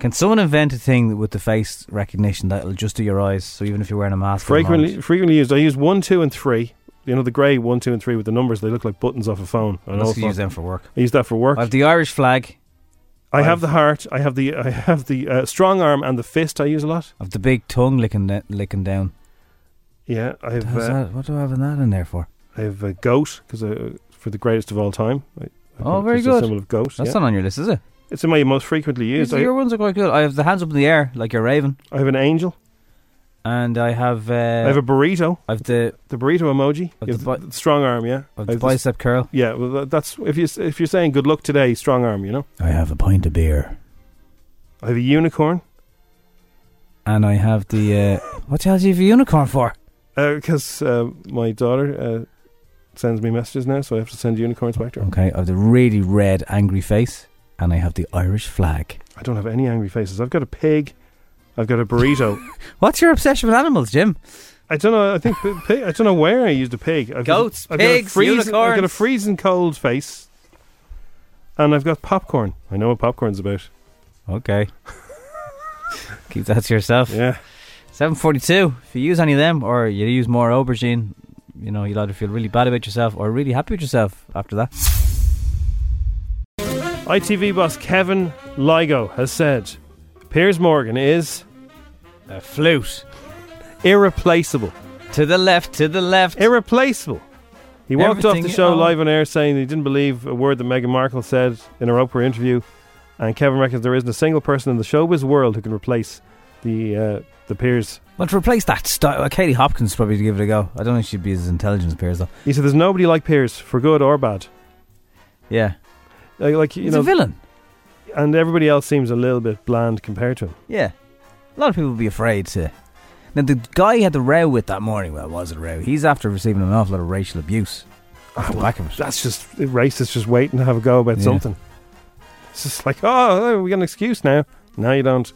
S3: Can someone invent a thing with the face recognition that'll just do your eyes? So even if you're wearing a mask, for a moment-
S4: frequently frequently used. I use one, two, and three. You know the grey one, two, and three with the numbers. They look like buttons off a phone.
S3: I
S4: And
S3: must
S4: also,
S3: use them for work.
S4: I use that for work.
S3: I have the Irish flag.
S4: I have the heart. I have the I have the uh, strong arm and the fist. I use a lot.
S3: I have the big tongue licking da- licking down.
S4: Yeah, I have
S3: How's
S4: uh,
S3: that? What do I have in that in there for?
S4: I have a goat because uh, for the greatest of all time. I, I
S3: Oh,
S4: put
S3: very
S4: just a
S3: good.
S4: symbol of goat.
S3: That's
S4: yeah.
S3: not on your list, is it?
S4: it's in my most frequently used.
S3: Your-
S4: I,
S3: your ones are quite good. I have the hands up in the air like you're raving,
S4: I have an angel.
S3: and I have uh,
S4: I have a burrito.
S3: I have the
S4: The burrito emoji.
S3: Of
S4: You have
S3: the bi-
S4: the strong arm. Yeah.
S3: I have
S4: I
S3: the
S4: have this-
S3: bicep curl.
S4: yeah. Well, that- that's if you if you're saying good luck today, strong arm. You know.
S3: I have a pint of beer.
S4: I have a unicorn.
S3: And I have the. *laughs* Uh, what the hell do you have a unicorn for?
S4: because uh, my daughter uh, sends me messages now, so I have to send unicorns back to her.
S3: Okay, I have the really red, angry face. And I have the Irish flag.
S4: I don't have any angry faces. I've got a pig. I've got a burrito.
S3: What's your obsession with animals, Jim?
S4: I don't know. I think p- pig, I don't know where I used a pig. I've
S3: Goats,
S4: got, I've
S3: pigs,
S4: got a freezing, I've got a
S3: unicorns.
S4: freezing cold face, and I've got popcorn. I know what popcorn's about.
S3: Okay. *laughs* Keep that to yourself.
S4: Yeah,
S3: 742. If you use any of them or you use more aubergine, you know, you'll either feel really bad about yourself or really happy with yourself after that.
S4: ITV boss Kevin Ligo has said Piers Morgan is
S3: A flute.
S4: irreplaceable.
S3: To the left, to the left.
S4: irreplaceable. He walked off the
S3: Everything-
S4: show
S3: oh.
S4: live on air saying he didn't believe a word that Meghan Markle said in her Oprah interview, And Kevin reckons there isn't a single person in the showbiz world who can replace the uh, the peers.
S3: Well, to replace that, style, uh, Katie Hopkins probably to give it a go. I don't think she'd be as intelligent as Piers, though.
S4: He said, "There's nobody like Piers for good or bad.
S3: Yeah.
S4: Like, like you
S3: He's
S4: know,
S3: a villain.
S4: and everybody else seems a little bit bland compared to him.
S3: Yeah. A lot of people would be afraid to. Now, the guy he had the row with that morning, well, it was a row. He's after receiving an awful lot of racial abuse. Off the back of it.
S4: That's just racist, just waiting to have a go about
S3: Yeah.
S4: something. It's just like, oh, we got an excuse now. No, you don't.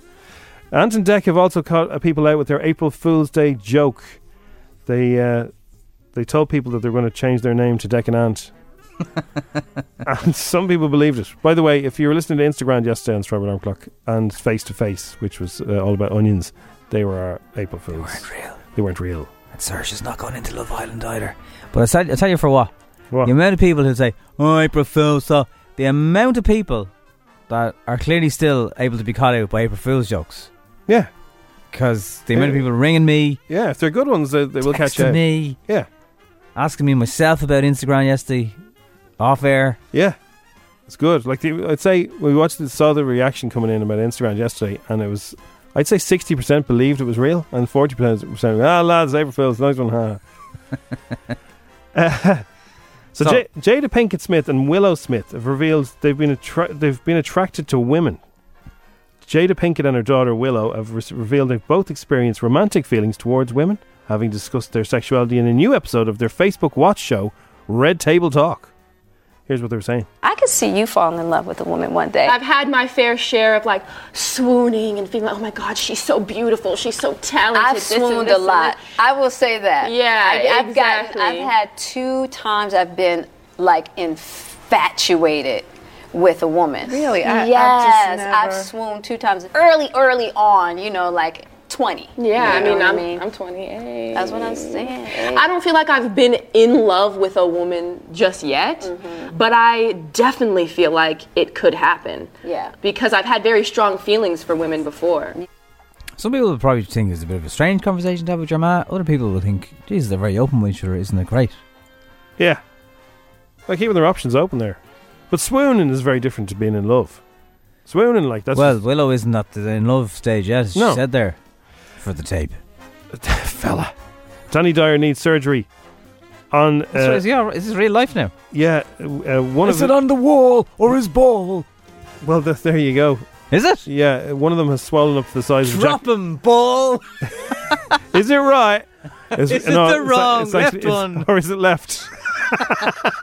S4: Anton Deck have also caught uh, people out with their April Fool's Day joke. They uh, they told people that they're going to change their name to Deck and Ant. and some people believed it. By the way, if you were listening to Instagram yesterday on Strawberry Alarm Clock and Face to Face, which was uh, all about onions, they were our April Fools.
S3: real.
S4: They weren't real.
S3: And Serge has not gone into Love Island either. But I tell, I tell you for what?
S4: What?
S3: The amount of people who say, oh, April Fool's, so the amount of people that are clearly still able to be caught out by April Fool's jokes.
S4: Yeah,
S3: Because the amount of
S4: Yeah.
S3: people ringing me,
S4: yeah. If they're good ones, they, they will catch
S3: texting
S4: you.
S3: me,
S4: Yeah.
S3: asking me myself about Instagram yesterday, off air.
S4: Yeah, it's good. Like the, I'd say, we watched the, saw the reaction coming in about Instagram yesterday, and it was, I'd say, sixty percent believed it was real, and forty percent saying, "Ah, lads, April Fools, nice one, huh?" Uh, *laughs* so,
S3: So-
S4: J- Jada Pinkett Smith and Willow Smith have revealed they've been attra- they've been attracted to women. Jada Pinkett and her daughter Willow have re- revealed they've both experienced romantic feelings towards women, having discussed their sexuality in a new episode of their Facebook Watch show, Red Table Talk. Here's what they were saying.
S6: I could see you falling in love with a woman one day.
S7: I've had my fair share of like swooning and feeling like, oh my God, she's so beautiful, she's so talented.
S6: I've
S7: this and
S6: swooned
S7: this
S6: a
S7: and
S6: lot.
S7: that.
S6: I will say that.
S7: Yeah,
S6: I, I've
S7: exactly.
S6: gotten. I've had two times I've been like infatuated with a woman.
S8: Really? I- I've just
S6: yes,
S8: never-
S6: I've swooned two times early, early on. You know, like twenty.
S7: Yeah, I
S6: You know
S7: mean,
S6: what
S7: I'm, I'm 28.
S6: That's what I'm saying.
S7: I don't feel like I've been in love with a woman just yet,
S6: Mm-hmm.
S7: but I definitely feel like it could happen.
S6: Yeah.
S7: Because I've had very strong feelings for women before.
S3: Some people would probably think it's a bit of a strange conversation to have with your ma. Other people would think, geez, they're very open with each other, isn't it great?
S4: Yeah. Like keeping their options open there. But swooning is very different to being in love. Swooning like that's
S3: well, Willow isn't at the in love stage yet, as
S4: No.
S3: she said there for the tape.
S4: *laughs* fella. Danny Dyer needs surgery on
S3: so
S4: uh,
S3: is, he all, is this real life now?
S4: yeah, uh, one of
S3: Is it
S4: the,
S3: on the wall or his ball? "Oh."
S4: well th- there you go.
S3: Is it?
S4: Yeah, one of them has swollen up to the size of Jack.
S3: Drop him, ball!
S4: Is it
S3: *laughs*
S4: right? Is,
S3: it the
S4: a-
S3: wrong left
S4: it's-
S3: one?
S4: or is it left?
S3: *laughs*
S4: *laughs*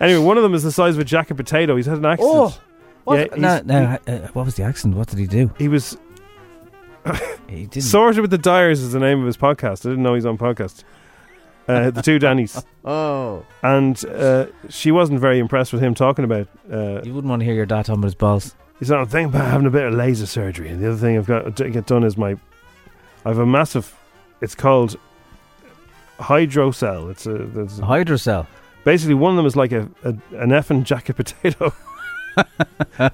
S4: anyway, one of them is the size of a jacket potato. He's had an accident.
S3: Oh! What?
S4: Yeah,
S3: no,
S4: he's-
S3: no, uh, what was the accent? What did he do?
S4: He was
S3: He didn't.
S4: Sorted with the Dyers is the name of his podcast. I didn't know he's on podcast. Uh, the two Dannies.
S3: *laughs* oh.
S4: And uh, she wasn't very impressed with him talking about. Uh,
S3: You wouldn't want to hear your dad talking about his balls.
S4: he's not thinking about having a bit of laser surgery. And the other thing I've got to get done is my. I have a massive. It's called hydrocell. It's a. There's
S3: Uh-huh.
S4: a-
S3: Hydrocell.
S4: basically, one of them is like a, a an effing jacket
S3: *laughs*
S4: potato.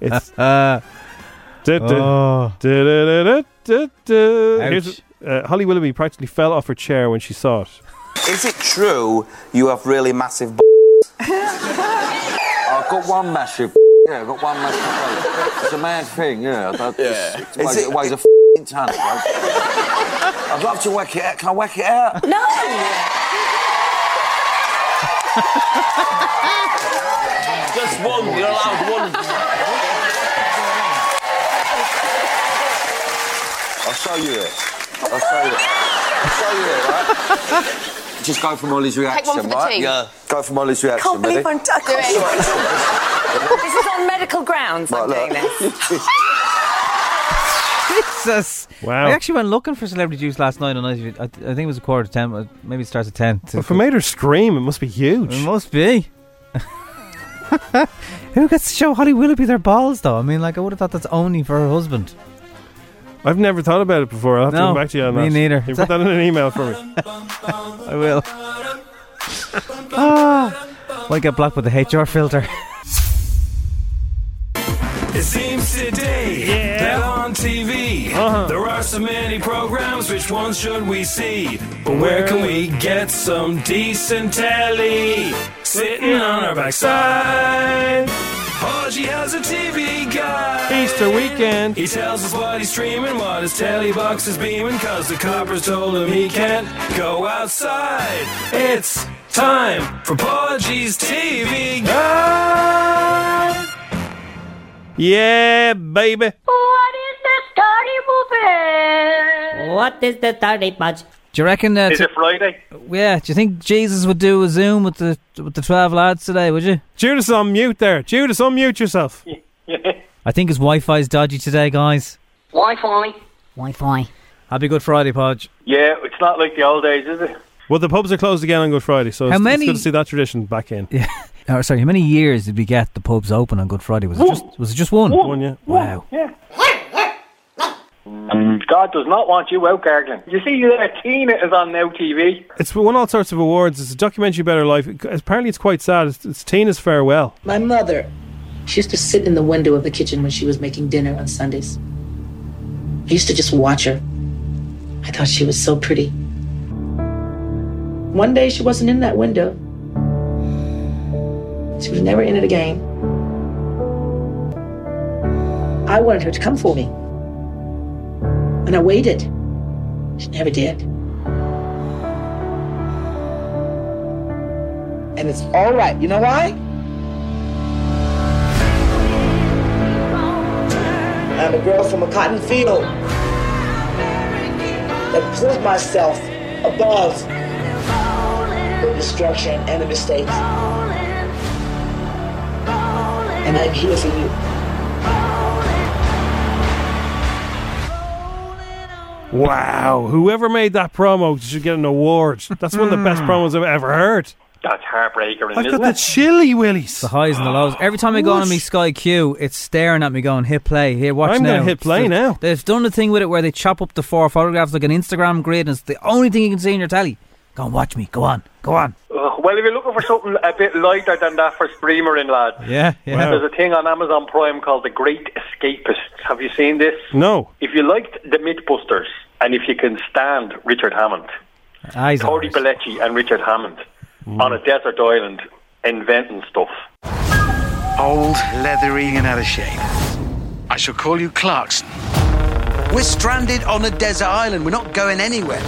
S4: it's.
S3: Uh, *laughs*
S4: Du- du-
S3: oh.
S4: du- du- du- du- du. Here's-
S3: Ouch.
S4: uh, Holly Willoughby practically fell off her chair when she saw it.
S9: Is it true you have really massive b****s? I've got one massive b****, yeah, I've got one massive b****. It's a mad thing, yeah. That, yeah. It weighs, it weighs a f***ing ton. it does. I'd love to whack it out. Can I whack it out?
S6: No.
S9: Just one, you're allowed one. I'll show you it. I'll show you it. I'll show you it, right? Just go for Molly's reaction,
S7: one for the
S9: right?
S7: team.
S9: Yeah. Go for Molly's reaction, ready?
S6: this is on medical grounds.
S9: *laughs* Right,
S6: I'm
S9: look.
S6: doing this.
S3: Jesus!
S4: Wow.
S3: I actually went looking for celebrity juice last night, and I, I, I think it was a quarter to ten. uh, Maybe it starts at ten. to-
S4: Well, if it made her scream, it must be huge.
S3: It must be. *laughs* Who gets to show Holly Willoughby their balls, though? I mean, like, I would have thought that's only for her husband.
S4: I've never thought about it before. I'll have to
S3: No,
S4: come back to you on
S3: me
S4: that.
S3: neither.
S4: You put that in an email for
S3: *laughs*
S4: me.
S3: I will. ah, might get blocked with the HR filter. *laughs*
S1: It seems today that on TV there are so many programs. Which ones should we see? But where can we get some decent telly? Sitting on our backside, Hodgie has a TV guide.
S4: Easter weekend.
S1: He tells us what he's streaming, what his telly box is beaming, cause the coppers told him he can't go outside. It's time for Podgy's TV guide.
S4: Yeah, baby.
S10: What is the thirty punch?
S3: Do you reckon uh, that?
S10: Is it Friday?
S3: Yeah. Do you think Jesus would do a Zoom with the with the twelve lads today? Would you?
S4: Judas on mute there. Judas unmute yourself.
S3: I think his Wi-Fi's dodgy today, guys.
S5: Wi-Fi.
S3: Wi-Fi. Happy Good Friday, Podge.
S5: Yeah, it's not like the old days, is it?
S4: Well, the pubs are closed again on Good Friday, so
S3: How
S4: it's,
S3: many-
S4: it's good to see that tradition back in.
S3: Yeah. Oh, sorry, how many years did we get the pubs open on Good Friday? Was it just was it just one?
S4: One, yeah.
S3: Wow.
S5: Yeah. God does not want you out gargling. You see, that Tina is on now TV.
S4: It's won all sorts of awards. It's a documentary about her life. Apparently, it's quite sad. It's, it's Tina's farewell.
S9: My mother, she used to sit in the window of the kitchen when she was making dinner on Sundays. I used to just watch her. I thought she was so pretty. One day she wasn't in that window. She was never in it again. I wanted her to come for me. And I waited. She never did. And it's all right. You know why? I'm a girl from a cotton field that put myself above the destruction and the mistakes. And I'm here for you.
S4: Wow. Whoever made that promo should get an award. That's one of the
S10: Hmm.
S4: best promos I've ever heard.
S5: That's heartbreaker,
S4: I've
S5: isn't
S4: got the
S5: it?
S4: chilly willies. The
S3: highs and the lows. Every time I go on my Sky Q, it's staring at me going, hit play. Here, watch
S4: I'm
S3: now.
S4: gonna hit play
S3: It's the-
S4: now.
S3: They've done the thing with it where they chop up the four photographs like an Instagram grid, and it's the only thing you can see in your telly. Go and watch me. Go on. Go on.
S5: Ugh, Well, if you're looking for something a bit lighter than that for streamering, lad,
S3: Yeah, yeah.
S5: there's a thing on Amazon Prime called The Great Escapist. Have you seen this?
S4: No.
S5: If you liked The Mythbusters, and if you can stand Richard Hammond,
S3: Eyes
S5: Cody Bellecci and Richard Hammond on a desert island inventing stuff.
S11: Old, leathery, and out of shape.
S12: I shall call you Clarkson.
S11: We're stranded on a desert island. We're not going anywhere.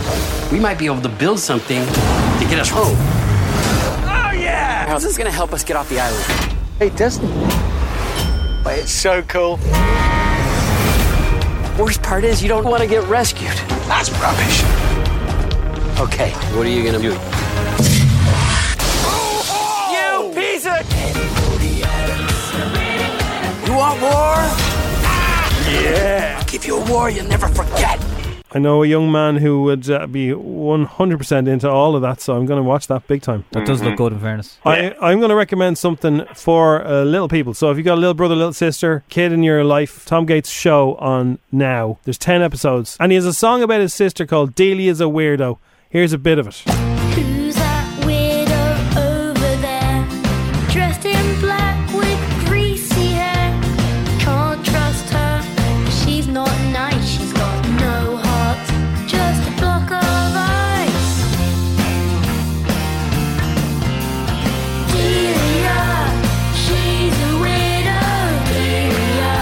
S12: We might be able to build something to get us home.
S11: Oh, yeah!
S12: How's this going to help us get off the island?
S11: Hey, Dustin. But it's so cool.
S12: Worst part is you don't want to get rescued.
S11: That's rubbish.
S12: Okay, what are you going to do? You piece of... You want war? Yeah. I'll give you a war you'll never forget.
S4: I know a young man who would uh, be 100% into all of that, so I'm going to watch that big time.
S3: That does look good, in fairness.
S4: I, I'm going to recommend something for uh, little people. So if you've got a little brother, little sister, kid in your life, Tom Gates' show on now. There's 10 episodes. And he has a song about his sister called Delia's a Weirdo. Here's a bit of it.
S6: Who's that widow over there? Dressed in black with greasy hair. Can't trust her. She's not nice. She's got no heart. Just a block of ice. Delia, she's a widow. Delia,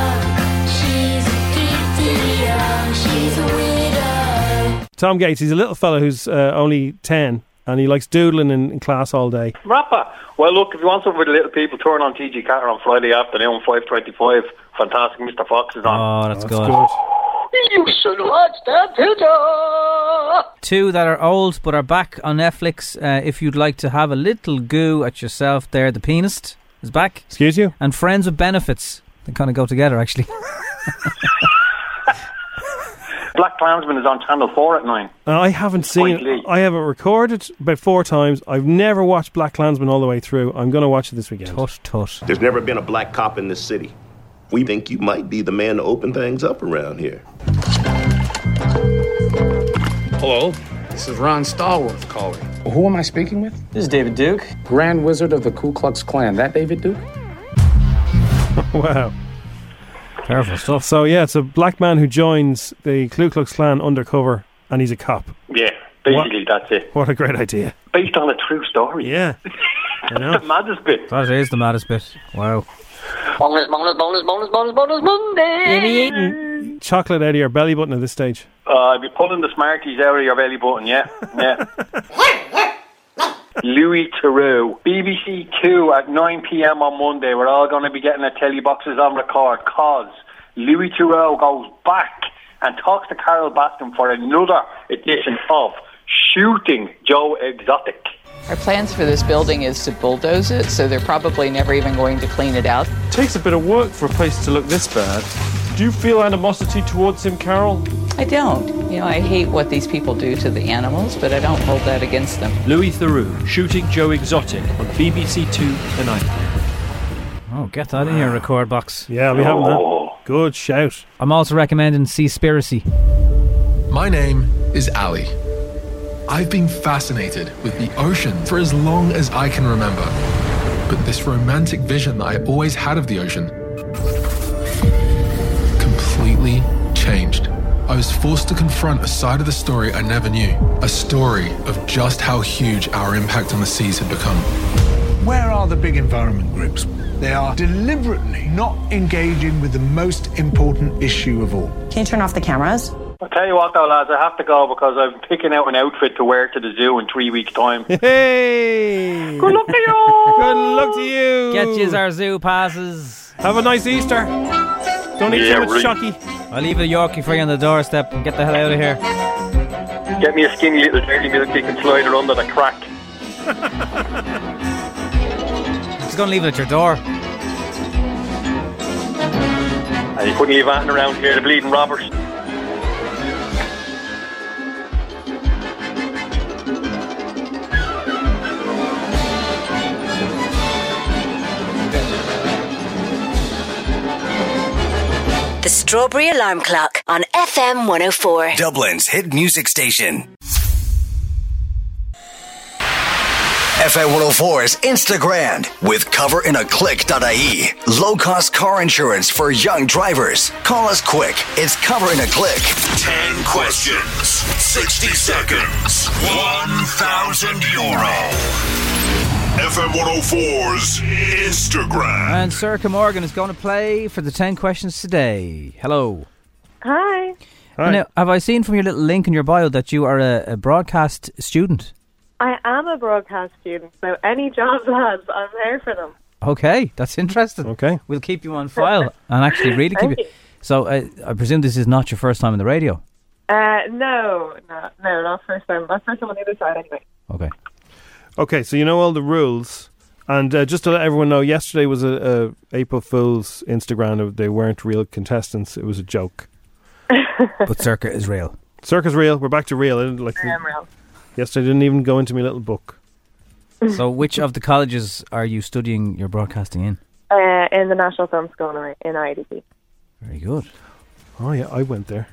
S6: she's a geek. Delia, she's a widow.
S4: Tom Gates, he's a little fella who's uh, only 10 and he likes doodling in, in class all day.
S5: Rapper. Well, look, if you want something for the little people, turn on TG Carter on Friday afternoon, 5.25. Fantastic Mr. Fox is on.
S3: Oh, that's, good.
S6: You should watch that video.
S3: Two that are old but are back on Netflix. Uh, if you'd like to have a little goo at yourself, there, the penist is back.
S4: Excuse you.
S3: And friends with benefits. They kind of go together, actually.
S5: Black Klansman is on Channel 4 at 9.
S4: And I haven't seen it. I have it recorded about four times. I've never watched Black Klansman all the way through. I'm going to watch it this weekend.
S3: Tut, tut.
S13: There's never been a black cop in this city. We think you might be the man to open things up around here.
S7: Hello, this is Ron Stallworth calling. Who am I speaking with? This is David Duke, Grand Wizard of the Ku Klux Klan. That David Duke?
S4: *laughs* wow.
S3: Powerful stuff.
S4: So, yeah, it's a black man who joins the Ku Klux Klan undercover and he's a cop.
S5: Yeah, basically that's it.
S4: What a great idea.
S5: Based on a true story. *laughs*
S4: Yeah.
S5: that's the maddest bit.
S3: That is the maddest bit. Wow.
S14: Bonus, bonus, bonus, bonus, bonus, bonus, Monday.
S4: Chocolate out of your belly button at this stage.
S15: Uh, I'll be pulling the Smarties out of your belly button, yeah? Yeah. Louis Theroux, BBC Two at 9 pm on Monday. We're all going to be getting our telly boxes on record because Louis Theroux goes back and talks to Carol Baskin for another edition of Shooting Joe Exotic.
S7: Our plans for this building is to bulldoze it, so they're probably never even going to clean it out.
S16: Takes a bit of work for a place to look this bad. Do you feel animosity towards him, Carol?
S7: I don't. You know, I hate what these people do to the animals, but I don't hold that against them.
S17: Louis Theroux, Shooting Joe Exotic on BBC Two tonight.
S3: Oh, get that in your record box.
S4: Yeah, we haven't.
S5: Oh.
S4: that. Good shout.
S3: I'm also recommending Seaspiracy.
S18: My name is Ali. I've been fascinated with the ocean for as long as I can remember. But this romantic vision that I always had of the ocean completely changed. I was forced to confront a side of the story I never knew a story of just how huge our impact on the seas had become.
S19: Where are the big environment groups? They are deliberately not engaging with the most important issue of all.
S20: Can you turn off the cameras?
S15: I'll tell you what, though, lads, I have to go because I'm picking out an outfit to wear to the zoo in three weeks' time.
S4: *laughs* Hey!
S15: Good luck to you!
S4: *laughs* Good luck to you!
S3: Get you our zoo passes.
S4: Have a nice Easter. Don't eat
S15: Yeah,
S4: too much
S15: right.
S4: shocky.
S3: I'll leave the Yorkie for you on the doorstep and get the hell out of here.
S15: Get me a skinny little dirty milkshake and slide her under the crack.
S3: *laughs* Just gonna leave it at your door.
S15: And you couldn't leave Anton around here, the bleeding robbers.
S6: The Strawberry Alarm Clock on FM 104.
S1: Dublin's hit music station. FA104's Instagram with coverinaclick.ie. Low cost E. car insurance for young drivers. Call us quick. It's Cover in a Click.
S21: 10 questions, 60 seconds, 1,000 euro. FM 104's Instagram.
S3: And Circa Morgan is going to play for the 10 questions today. Hello.
S9: Hi.
S3: Now, have I seen from your little link in your bio that you are a, a broadcast student?
S9: I am a broadcast student, so any job lads, I'm here for them.
S3: Okay, that's interesting.
S4: Okay.
S3: We'll keep you on file and actually really keep
S9: Thank
S3: you.
S9: you.
S3: So uh, I presume this is not your first time on the radio.
S9: Uh, no, no, no, not first time. That's first time on the other side, anyway.
S4: Okay, so you know all the rules. And uh, just to let everyone know, yesterday was a, a April Fool's Instagram. They weren't real contestants. It was a joke.
S3: but Circa is real.
S4: Circa's real. We're back to real. I didn't, like,
S9: I am real.
S4: Yesterday didn't even go into my little book.
S3: so which of the colleges are you studying your broadcasting in?
S9: Uh, in the National Film School in in IDP.
S3: Very good.
S4: Oh yeah, I went there.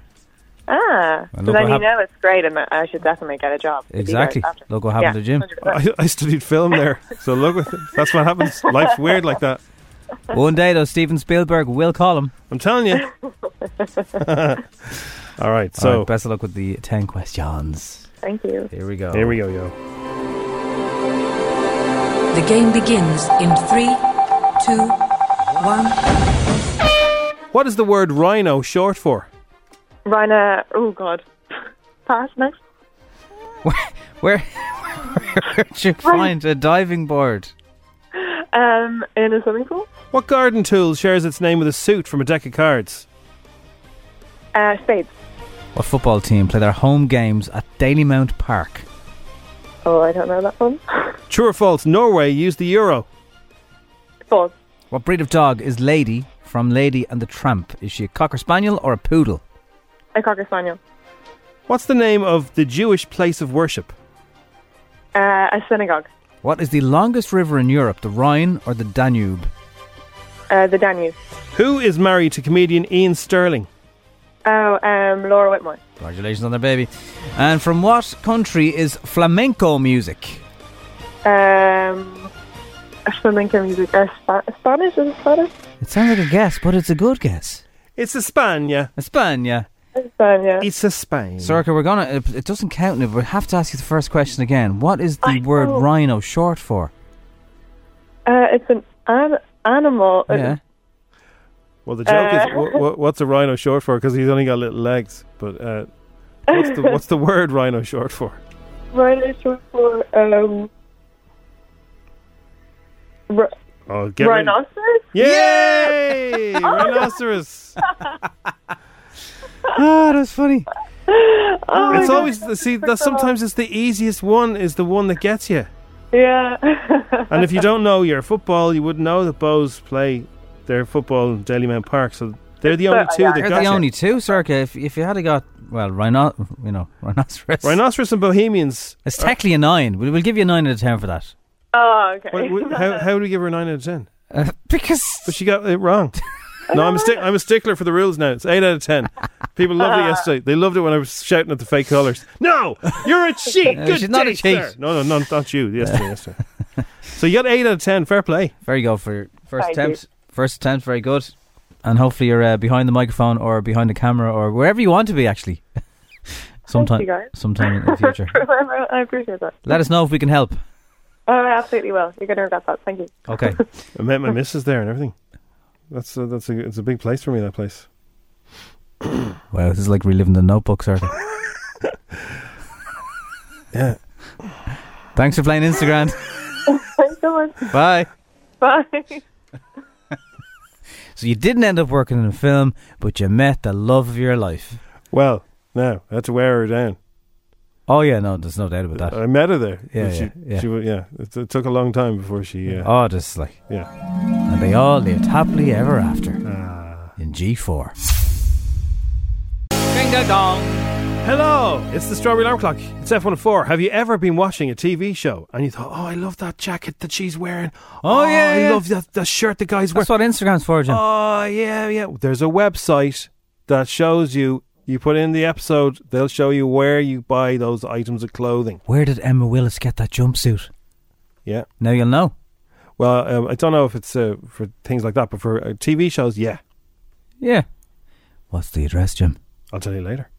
S9: Ah,
S4: And
S9: so
S4: look
S9: then
S4: what
S9: you
S4: hap-
S9: know it's great, and I should definitely get a job. to be there
S4: Exactly.
S9: after.
S4: Look what happened
S9: Yeah,
S4: to Jim.
S9: 100%.
S4: *laughs* I, I studied film there, so look, that's what happens. Life's weird like that.
S3: One day, though, Steven Spielberg will call him.
S4: I'm telling you. *laughs* All right, so-
S3: best of luck with the 10 questions.
S9: Thank you.
S3: Here we go.
S4: Here we go, yo.
S22: The game begins in three, two, one.
S4: What is the word rhino short for?
S9: Rhino, oh god, *laughs* pass next.
S3: Where, *laughs* where'd you find a diving board?
S9: Um, in a swimming pool.
S4: What garden tool shares its name with a suit from a deck of cards?
S9: Uh, spades.
S3: What football team play their home games at Dalymount Park?
S9: Oh, I don't know that one. *laughs*
S4: True or false? Norway used the euro.
S9: False.
S3: What breed of dog is Lady from Lady and the Tramp? Is she a cocker spaniel or a poodle?
S9: A cocker spaniel.
S4: What's the name of the Jewish place of worship?
S9: Uh, a synagogue.
S3: What is the longest river in Europe, the Rhine or the Danube?
S9: Uh, the Danube.
S4: Who is married to comedian Ian Sterling?
S9: Oh, um, Laura Whitmore.
S3: Congratulations on the baby. And from what country is flamenco music?
S9: Um, flamenco music. Uh, Spa- Spanish is it Spanish?
S3: It sounds like a guess, but it's a good guess.
S4: It's España.
S3: España.
S9: Spanish.
S4: It's a Spain.
S3: Circa, we're gonna. It it doesn't count now, but we have to ask you the first question again. What is the
S9: I
S3: word
S9: know.
S3: rhino short for?
S9: Uh, it's an, an animal.
S3: Yeah.
S4: Well, the joke
S23: Uh,
S4: is, wha- wha- what's a rhino short for? Because he's only got little legs. But uh, what's the
S23: *laughs*
S4: what's the word rhino short for?
S23: Mine is short for um. R-
S4: Oh, get ready.
S23: rhinoceros. *laughs*
S4: Yay! *laughs* Rhinoceros.
S3: Ah, that's funny.
S23: Oh
S4: it's
S23: my
S4: always
S23: God,
S4: the- see
S23: forgot.
S4: that sometimes it's the easiest one is the one that gets you.
S23: Yeah. *laughs*
S4: And if you don't know your football, you wouldn't know that Bows play their football in Dalymount Park. So they're the only
S23: uh,
S4: two that
S3: They're
S4: got
S3: the
S4: you.
S3: only two, Circa. If, if you had a got, well, rhino, you know, *laughs* rhinoceros.
S4: Rhinoceros and Bohemians.
S3: It's technically a nine. We'll, we'll give you a nine out of ten for that.
S23: oh, okay. *laughs*
S4: Wait, wait, how, how do we give her a 9 out of 10?
S3: Uh, because.
S4: But she got it wrong. No, I'm a, stick, I'm a stickler for the rules now. It's 8 out of 10. People loved it
S3: *laughs*
S4: yesterday. They loved it when I was shouting at the fake colours. No!
S3: *laughs*
S4: You're a cheat!
S3: Uh,
S4: Good
S3: she's not a
S4: day, sir.
S3: cheat.
S4: No, no, no, not you.
S3: *laughs*
S4: Yesterday, yesterday. So you got 8 out of 10. Fair play.
S3: *laughs* Very good for your first
S4: Thank
S3: attempt. First attempt, very good. And hopefully you're uh, behind the microphone or behind the camera or wherever you want to be, actually. *laughs* sometime,
S23: you, guys.
S3: sometime in the
S9: *laughs*
S3: future.
S23: I appreciate that.
S3: Let us know if we can help.
S23: Oh, I absolutely will. You're going to regret that. Thank you. *laughs*
S3: Okay.
S4: I met my missus there and everything. That's a, that's a, it's a big place for me, that place.
S3: Wow, this is like reliving the notebook, sir.
S4: yeah.
S3: Thanks for playing Instagram.
S23: Thanks so much.
S3: Bye.
S23: Bye.
S3: So you didn't end up working in a film, but you met the love of your life.
S4: Well, no, I had to wear her down.
S3: Oh yeah, no, there's no doubt about that.
S4: I met her there.
S3: Yeah,
S4: But she,
S3: yeah, yeah.
S4: She, wa- yeah. It, it took a long time before she. Uh,
S3: Oh, just like
S4: yeah.
S3: and they all lived happily ever after in G4.
S4: Ding dong. Hello, it's the Strawberry Alarm Clock. It's F104. Have you ever been watching a TV show and you thought, oh, I love that jacket that she's wearing?
S3: Oh, yeah,
S4: I
S3: yeah.
S4: love that, that shirt the guy's wearing.
S3: That's what Instagram's for, Jim.
S4: Oh, yeah, yeah. There's a website that shows you, you put in the episode, they'll show you where you buy those items of clothing.
S3: Where did Emma Willis get that jumpsuit?
S4: Yeah.
S3: Now you'll know.
S4: Well, um, I don't know if it's uh, for things like that, but for uh, TV shows, yeah.
S3: Yeah. What's the address, Jim?
S4: I'll tell you later.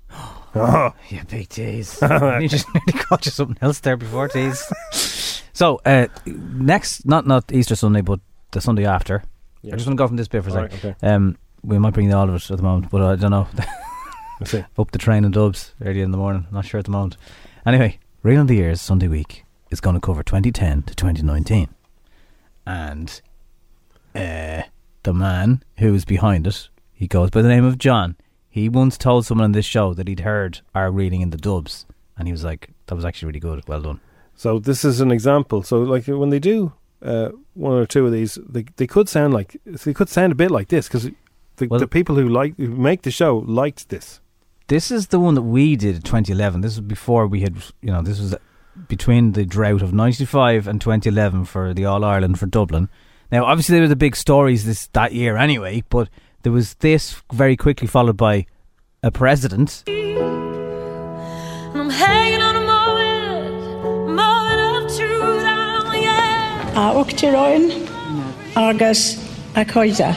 S3: You
S4: *laughs*
S3: big tease. you just nearly caught you something else there before tease. so uh, next, not not Easter Sunday, but the Sunday after.
S4: Yeah.
S3: I just want to go from this bit for a
S4: All right,
S3: second. um, we might bring the all of it at the moment, but I don't know.
S4: see.
S3: *laughs* Up the train in Dubs early in the morning. Not sure at the moment. Anyway, Real of the Years Sunday week is going to cover 2010 to 2019, and uh, the man who is behind it, he goes by the name of John. He once told someone on this show that he'd heard our reading in the Dubs, and he was like, "That was actually really good. Well done."
S4: So this is an example. So like when they do uh, one or two of these, they they could sound like they could sound a bit like this because the, the people who like who make the show liked this.
S3: This is the one that we did in 2011. This was before we had, you know, this was between the drought of 95 and 2011 for the All Ireland for Dublin. Now, obviously, there were the big stories this that year anyway, but there was this very quickly followed by a president.
S6: And I'm hanging on a moment, moment of truth. I'm yeah.
S2: a Uachtaráin agus a Coida.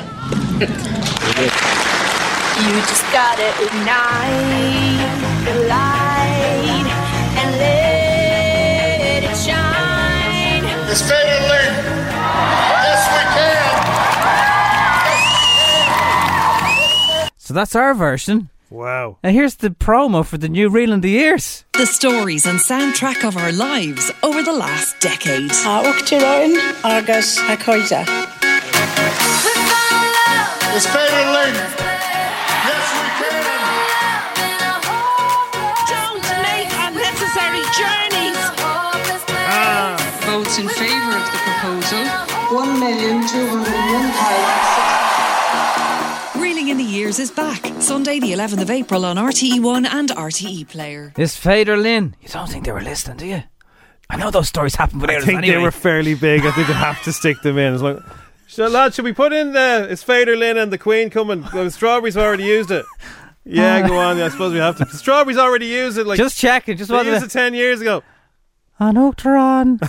S6: You just gotta ignite the light and let it shine. It's fatally. Yes, we can.
S3: So that's our version.
S4: Wow.
S3: And here's the promo for the new Reel in the Years.
S5: The stories and soundtrack of our lives over the last decade.
S2: A Uachtaráin agus a Coida.
S6: It's fatally. Yes, we can. Don't make unnecessary journeys.
S5: Ah, Votes in favour of the proposal. 1,201,000. Reeling in the Years is back, Sunday the 11th of April on RTE1 and E RTE Player.
S3: It's Fader Lynn. You don't think they were listening, do you? I know those stories happened, but
S4: I think they were fairly big. I think you have to stick them in. It's like. So, lad, should we put in the it's Fader Lynn and the Queen coming? The strawberries already used it. Yeah, go on. I suppose we have to. Strawberries already used it. Like
S3: Just checking, just
S4: they
S3: wanted
S4: used
S3: to-
S4: it ten years ago. *laughs*
S3: An Uachtaráin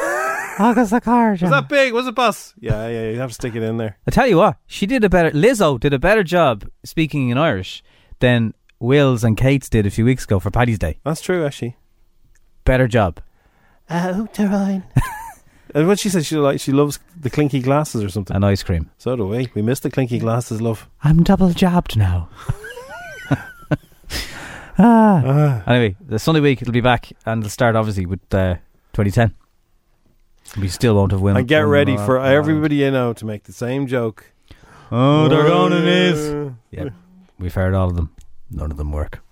S3: agus a
S4: Was that big? Was it, boss? Yeah, yeah. You have to stick it in there.
S3: I tell you what, she did a better. Lizzo did a better job speaking in Irish than Wills and Kate's did a few weeks ago for Paddy's Day.
S4: That's true, actually.
S3: Better job.
S4: Uh, Uachtaráin. *laughs* And what she said, she like she loves the clinky glasses or something.
S3: And ice cream.
S4: So do we. We miss the clinky glasses, love.
S3: I'm double jabbed now. *laughs* ah. Anyway, the Sunday week it'll be back, and it'll start obviously with uh, 2010. We still won't have won.
S4: and get
S3: won
S4: ready
S3: Ra-
S4: for
S3: Ra-
S4: everybody you know to make the same joke.
S3: Oh, they're going in
S4: is.
S3: Yeah, we've heard all of them. None of them work.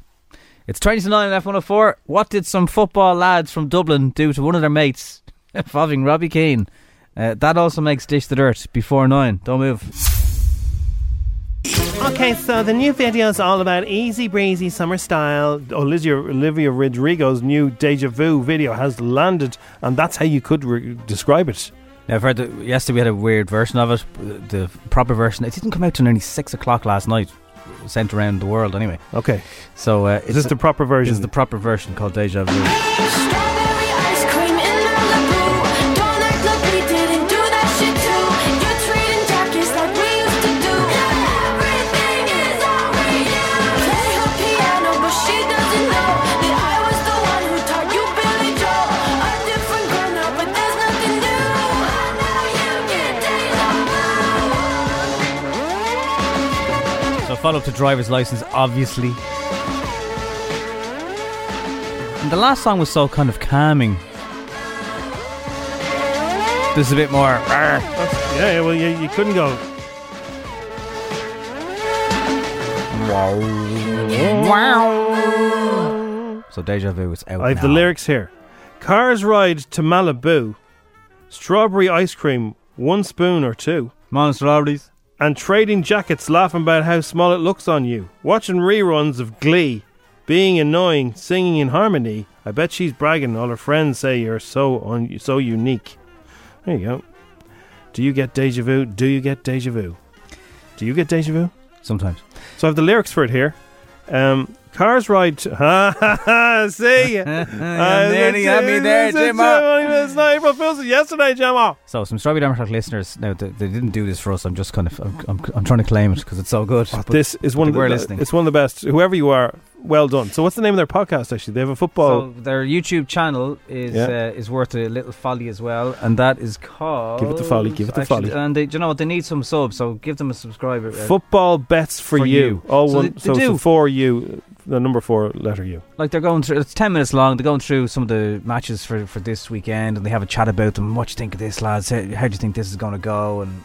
S3: It's 20 to 9 on F104. What did some football lads from Dublin do to one of their mates *laughs* involving Robbie Keane? Uh, that also makes Dish the Dirt before 9. Don't move.
S10: Okay, so the new video is all about easy breezy summer style.
S4: Olivia, Olivia Rodrigo's new Deja Vu video has landed, and that's how you could re- describe it.
S3: Now, I've heard that yesterday we had a weird version of it. uh, The proper version, it didn't come out till nearly 6 o'clock last night. Sent around the world anyway.
S4: Okay.
S3: So, uh,
S4: Is this the proper version?
S3: It's the proper version called Deja Vu.
S6: Ice cream in Malibu. Don't act like we didn't do that shit too. You're trading jackets like we used to do. Everything is alright. Play her piano, but she doesn't know that I was the one who taught you Billy Joel. A different girl now, but there's nothing new. I know you get deja
S3: So follow up to driver's license, obviously. And the last song was so kind of calming. This is a bit more.
S4: yeah, well, you, you couldn't go.
S3: Wow. So Deja Vu is out.
S4: I have the
S3: now.
S4: lyrics here. Cars ride to Malibu, strawberry ice cream, one spoon or two.
S3: Mon strawberries.
S4: And trading jackets laughing about how small it looks on you. Watching reruns of Glee, being annoying, singing in harmony. I bet she's bragging all her friends say you're so un- so unique. There you go. Do you get deja vu? Do you get deja vu? Do you get deja vu?
S3: Sometimes.
S4: So I have the lyrics for it here. Um, cars ride. To- *laughs* ha ha ha! See,
S3: *laughs*
S4: Uh, I
S3: nearly had me there, Gemma.
S4: It's not April Fool's. Yesterday, Gemma.
S3: So some strawberry democratic listeners. Now they, they didn't do this for us. I'm just kind of. I'm, I'm, I'm trying to claim it because it's so good. But
S4: this is one of
S3: we're
S4: the,
S3: listening.
S4: It's one of the best. Whoever you are, well done. So what's the name of their podcast? Actually, they have a football.
S3: So their YouTube channel is
S4: Yeah.
S3: uh, is worth a little folly as well, and that is called
S4: Give it the folly, give it the
S3: Actually,
S4: folly.
S3: And they, do you know what? They need some subs, so give them a subscriber. uh,
S4: football bets for,
S3: for
S4: you.
S3: you.
S4: All
S3: So
S4: one.
S3: they- they
S4: so
S3: do.
S4: it's for you, the number four letter U.
S3: like they're going through. It's ten minutes long. They're going through some of the matches for for this weekend, and they have a chat about them. What do you think of this, lads? How, how do you think this is going to go? And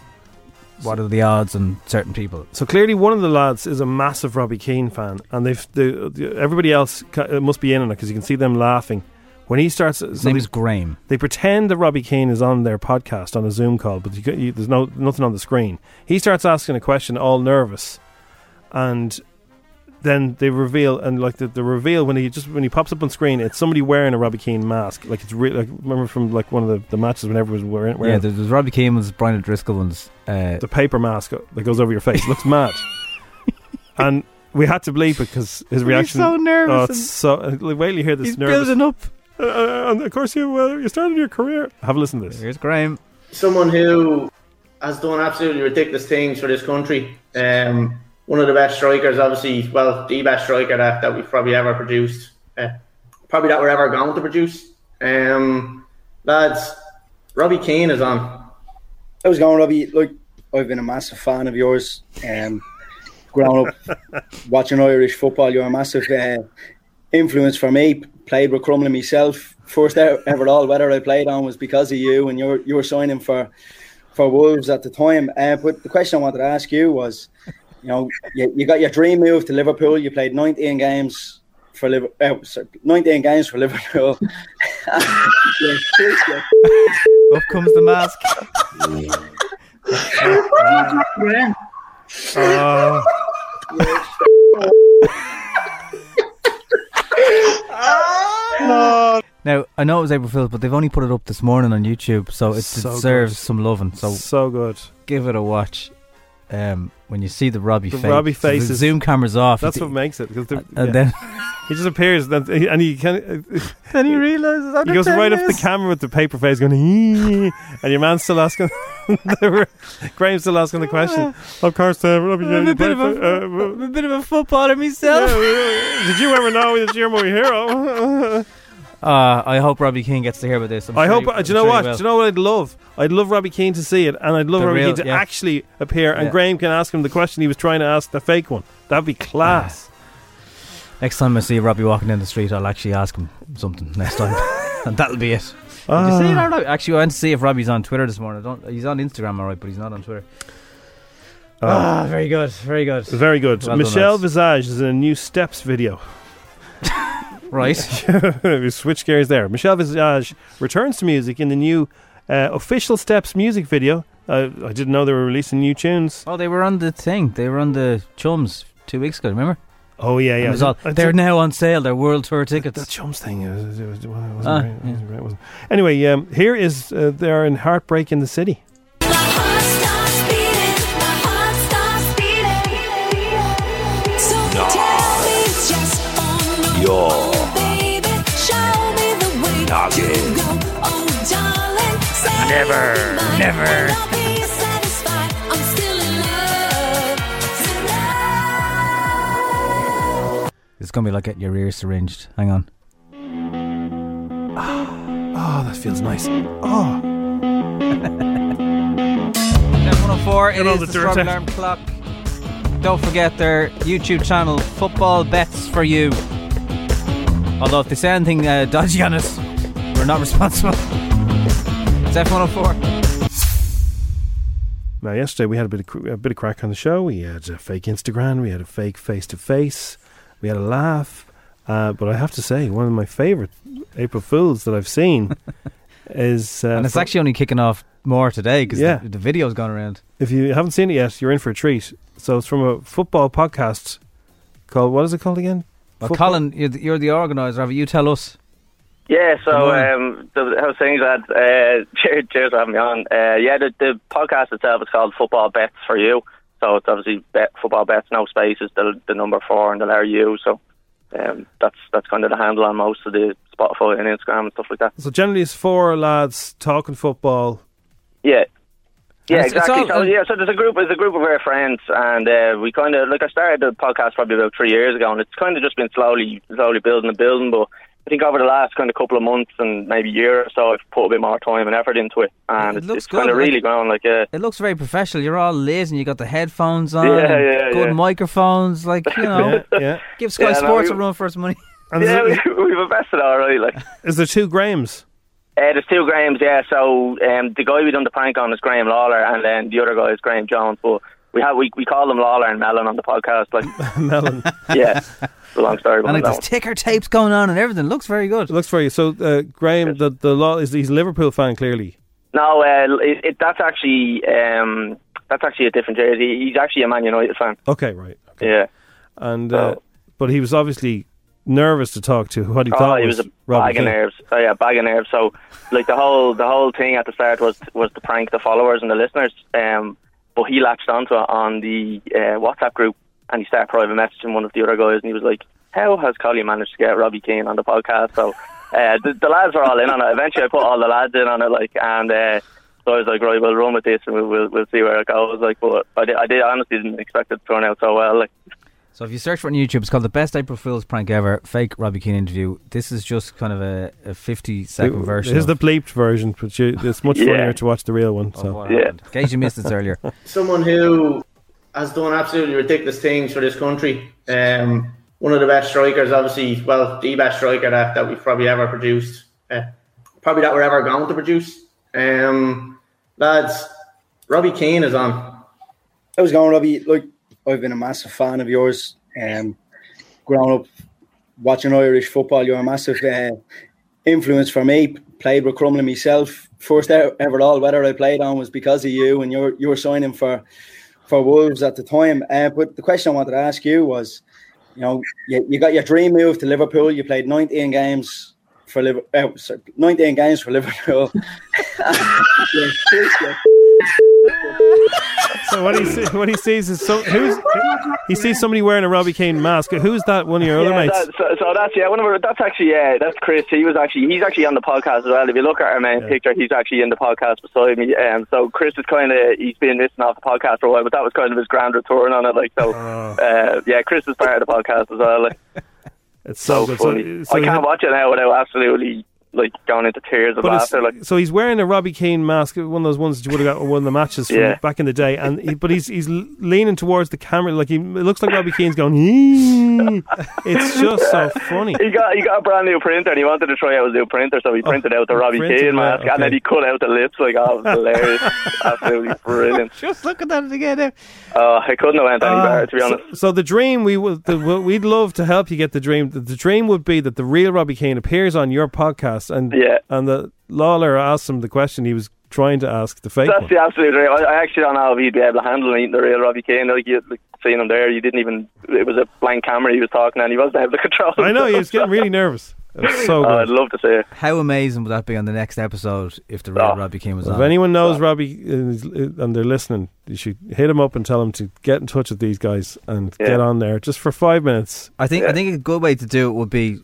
S3: what are the odds on certain people?
S4: So clearly, one of the lads is a massive Robbie Keane fan, and they've the, the- everybody else ca- uh, must be in on it because you can see them laughing when he starts. His
S3: name is Graham.
S4: They pretend that Robbie Keane is on their podcast on a Zoom call, but you, ca- you, there's no nothing on the screen. He starts asking a question, all nervous, and then they reveal and like the, the reveal when he just when he pops up on screen, it's somebody wearing a Robbie Keane mask. Like it's re- like remember from like one of the, the matches when everyone was wearing, wearing
S3: yeah, there's, there's Robbie Keane ones, Brian O'Driscoll ones. Uh,
S4: the paper mask that goes over your face. Looks
S3: *laughs*
S4: mad. and we had to bleep it because his reaction.
S3: so nervous
S4: Oh,
S3: and-
S4: it's so uh, wait till you hear this.
S3: He's
S4: nervous.
S3: building up.
S4: Uh, uh, and of course, you uh, you started your career. Have a listen to this.
S3: Here's Graham.
S24: someone who has done absolutely ridiculous things for this country. Um, one of the best strikers, obviously, well, the best striker that, that we've probably ever produced. Uh, probably that we're ever going to produce. Um, lads, Robbie Keane is on.
S7: How's it going, Robbie? Look, I've been a massive fan of yours. Um, growing up watching Irish football, you're a massive uh, influence for me. Played with Crumlin myself. First e- ever all weather I played on was because of you, and you were, you were signing for for Wolves at the time. Uh, but the question I wanted to ask you was, you know, you, you got your dream move to Liverpool. You played 19 games for Liverpool. Uh, sorry, 19 games for Liverpool. You're still- you're
S3: Up comes the mask.
S4: Uh,
S3: Now I know it was April Fools, but they've only put it up this morning on YouTube, so it
S4: So
S3: deserves
S4: good.
S3: some loving. So
S4: so good.
S3: Give it a watch. Um, when you see the Robbie
S4: The
S3: face,
S4: Robbie
S3: so
S4: face
S3: the
S4: is-
S3: zoom cameras off.
S4: That's
S3: it-
S4: what makes it. 'cause the-
S3: and and
S4: yeah. *laughs*
S3: then
S4: he just appears, and then- and he can. uh, *laughs*
S3: then he realizes
S4: He goes right up to the camera with the paper face going, "Ee," and your man's still asking. *laughs* the, Graham's still asking the question. Of course, uh, Robbie
S3: I'm
S4: Keane
S3: *laughs* a bit of
S4: played for- uh,
S3: a, *laughs* I'm a bit of a footballer myself.
S4: *laughs* Did you ever know that you're my hero?
S3: Uh, I hope Robbie King gets to hear about this. I'm
S4: I
S3: sure
S4: hope.
S3: he-
S4: uh, do
S3: I'm
S4: you know
S3: sure he
S4: what? Do
S3: will.
S4: you know what I'd love? I'd love Robbie Keane to see it, and I'd love
S3: The
S4: Robbie
S3: real-
S4: Keane to
S3: yeah.
S4: actually appear, and
S3: Yeah.
S4: Graham can ask him the question he was trying to ask the fake one. That'd be class.
S3: Next time I see Robbie walking down the street, I'll actually ask him something
S4: *laughs*
S3: next time, and that'll be it. Did you see
S4: Ah.
S3: that? Robbie? Actually, I went to see if Robbie's on Twitter this morning. I don't. He's on Instagram, all right, but he's not on Twitter. Ah, very good, very good,
S4: very good.
S3: Well done,
S4: Michelle Visage is in a new Steps video.
S3: Right.
S4: we switch gears there. Michelle Visage returns to music in the new uh, official Steps music video. Uh, I didn't know they were releasing new tunes.
S3: Oh, they were on the thing. They were on the Chums two weeks ago. Remember?
S4: Oh yeah, yeah.
S3: It was all,
S4: I
S3: they're
S4: did-
S3: now on sale. They're world tour tickets. The
S4: Chums thing. Is, it wasn't
S3: Ah,
S4: great, it wasn't great, it wasn't- Anyway, um, here is uh, they are in Heartbreak in the City.
S25: Yo. Noggin.
S6: Oh,
S25: Never, never.
S3: It's gonna be like getting your ears syringed. Hang on.
S4: Oh, that feels nice.
S3: *laughs*
S4: Oh.
S3: 104, it
S4: Get all
S3: is
S4: the
S3: the,
S4: dirt
S3: Strawberry
S4: out.
S3: Alarm Clock. Don't forget their YouTube channel, Football Bets for You. Although if they say anything uh, dodgy on us, we're not *laughs* responsible. It's F104.
S4: Now, yesterday we had a bit of cr- a bit of crack on the show. We had a fake Instagram, we had a fake face to face, we had a laugh. Uh, but I have to say, one of my favourite April Fools that I've seen *laughs* is, uh,
S3: And it's
S4: from-
S3: actually only kicking off more today because
S4: Yeah.
S3: the, the video's gone around.
S4: if you haven't seen it yet, you're in for a treat. So it's from a football podcast called what is it called again?
S3: Well,
S4: Football-
S3: Colin, you're the, you're the organiser of it. You tell us.
S9: Yeah,
S3: Good
S9: so
S3: morning.
S9: um, the, I was saying that. Uh, cheers, cheers for having me on. Uh, yeah, the, the podcast itself is called Football Bets for You. So it's obviously bet, football bets, no spaces, the, the number four and the letter U. So um, that's that's kind of the handle on most of the Spotify and Instagram and stuff like that.
S4: So generally, it's four lads talking football.
S9: Yeah. Yeah,
S4: It's- it's
S9: exactly.
S4: all-
S9: so yeah, so there's a group, there's a group of our friends, and uh, we kind of like I started the podcast probably about three years ago, and it's kind of just been slowly, slowly building and building. But I think over the last kind of couple of months and maybe year or so, I've put a bit more time and effort into it, and
S3: It
S9: it's,
S3: looks
S9: it's kind
S3: good,
S9: of
S3: like-
S9: really grown. Like, uh,
S3: It looks very professional. You're all lazy and you got the headphones on.
S9: Yeah,
S3: and
S9: yeah,
S3: good
S9: yeah.
S3: microphones. Like,
S9: *laughs*
S3: you know,
S4: Yeah, yeah.
S3: give Sky
S9: Yeah, no,
S3: Sports
S9: we-
S3: a run for its
S9: *laughs*
S3: money. *laughs*
S9: yeah, we, *laughs* we've invested all right. Like,
S4: Is there two Grahams?
S9: Uh, there's two Grahams, yeah. So um, the guy we done the prank on is Graham Lawler, and then the other guy is Graham Jones. But we have we, we call them Lawler and Mellon on the podcast. Like
S4: Melon.
S3: *laughs*
S9: yeah, it's a long story.
S3: And
S9: About
S3: like
S9: that
S3: there's
S9: one.
S3: ticker tapes going on and everything. Looks very good.
S4: Looks for you. So uh, Graham, the the law is he's a Liverpool fan clearly.
S9: No, uh, it, it, that's actually um, that's actually a different jersey. He's actually a Man United fan.
S4: Okay, right.
S9: Yeah.
S4: And uh, but he was obviously nervous to talk to. What he
S9: oh,
S4: thought
S9: he was, a
S4: Robbie
S9: bag of
S4: Keane.
S9: nerves. Oh yeah, bag of nerves. So like the whole the whole thing at the start was was to prank the followers and the listeners. Um, but he latched onto it on the uh, WhatsApp group and he started private messaging one of the other guys and he was like, "How has Coley managed to get Robbie Keane on the podcast?" So uh, the, the lads were all in on it. Eventually, I put all the lads in on it. Like and. Uh, so I was like, right, we'll run with this and we'll, we'll, we'll see where it goes. Like, but I did, I did honestly didn't expect it to turn out so well. Like,
S3: So if you search for it on YouTube, it's called the best April Fool's prank ever. Fake Robbie Keane interview. This is just kind of a, a fifty second version.
S4: Here's
S3: of-
S4: the bleeped version, but you, it's much
S3: Yeah.
S4: funnier to watch the real one. So
S3: what Yeah. happened. In case you missed
S9: *laughs*
S3: this earlier.
S24: someone who has done absolutely ridiculous things for this country. Um, one of the best strikers, obviously, well, the best striker that, that we've probably ever produced, uh, probably that we're ever going to produce. Um, lads, Robbie Keane is on.
S7: I was going, Robbie. Like I've been a massive fan of yours. Um, growing up watching Irish football, you're a massive uh, influence for me. Played with Crumlin myself. First e- ever all weather I played on was because of you, and you were you were signing for for Wolves at the time. Uh, but the question I wanted to ask you was, you know, Oh, you, you got your dream move to Liverpool. You played 19 games for Liverpool. Uh, sorry, 19 games for Liverpool. *laughs*
S4: So what he see, what he sees is so who's he sees somebody wearing a Robbie Kane mask. Who's that? One of your other
S9: yeah,
S4: mates?
S9: that- so, so that's yeah, one of our, that's actually yeah, that's Chris. He was actually he's actually on the podcast as well. If you look at our main picture, he's actually in the podcast beside me. Um, so Chris is kind of he's been missing off the podcast for a while, but that
S4: Ah.
S9: was kind of his grand return on it. Like so, uh, yeah, Chris is part of the podcast as well. Like,
S4: It's so, good.
S9: funny.
S4: So, so
S9: I can't watch it now without absolutely like going into tears of
S4: But it's-
S9: laughter. Like
S4: so he's wearing a Robbie Keane mask, one of those ones that you would have got at one of the matches from
S9: Yeah.
S4: back in the day. And he, but he's he's leaning towards the camera, like he it looks like Robbie Keane's going. *laughs* "Eeeh." It's just
S9: *laughs*
S4: so funny.
S9: he got he got a brand new printer and he wanted to try out his new printer, so he printed out the Robbie
S4: Oh, printed
S9: Keane
S4: it out,
S9: mask and then
S4: okay.
S9: he cut out the lips. Like oh, it
S4: *laughs*
S9: was hilarious, absolutely brilliant.
S3: Just look at that again. eh? now.
S9: Oh, I couldn't have went any better to be honest.
S4: Uh, So the dream we would the, we'd love to help you get the dream. The, the dream would be that the real Robbie Keane appears on your podcast, and
S9: Yeah.
S4: and the Lawler asks him the question he was trying to ask the fake
S9: That's
S4: one.
S9: the absolute right. I, I actually don't know if he'd be able to handle meeting the real Robbie Keane. Like you like, seeing him there, you didn't even. It was a blank camera he was talking, and he wasn't able to control.
S4: I know he was getting
S9: *laughs*
S4: really nervous. It was so
S9: Oh,
S4: good.
S9: I'd love to see it.
S3: How amazing would that be on the next episode if the
S9: Oh.
S3: real Robbie Keane was
S4: If
S3: on?
S4: anyone knows Robbie is- and they're listening, you should hit him up and tell him to get in touch with these guys and
S3: Yeah.
S4: get on there just for five minutes.
S3: I think I think a good way to do it would be.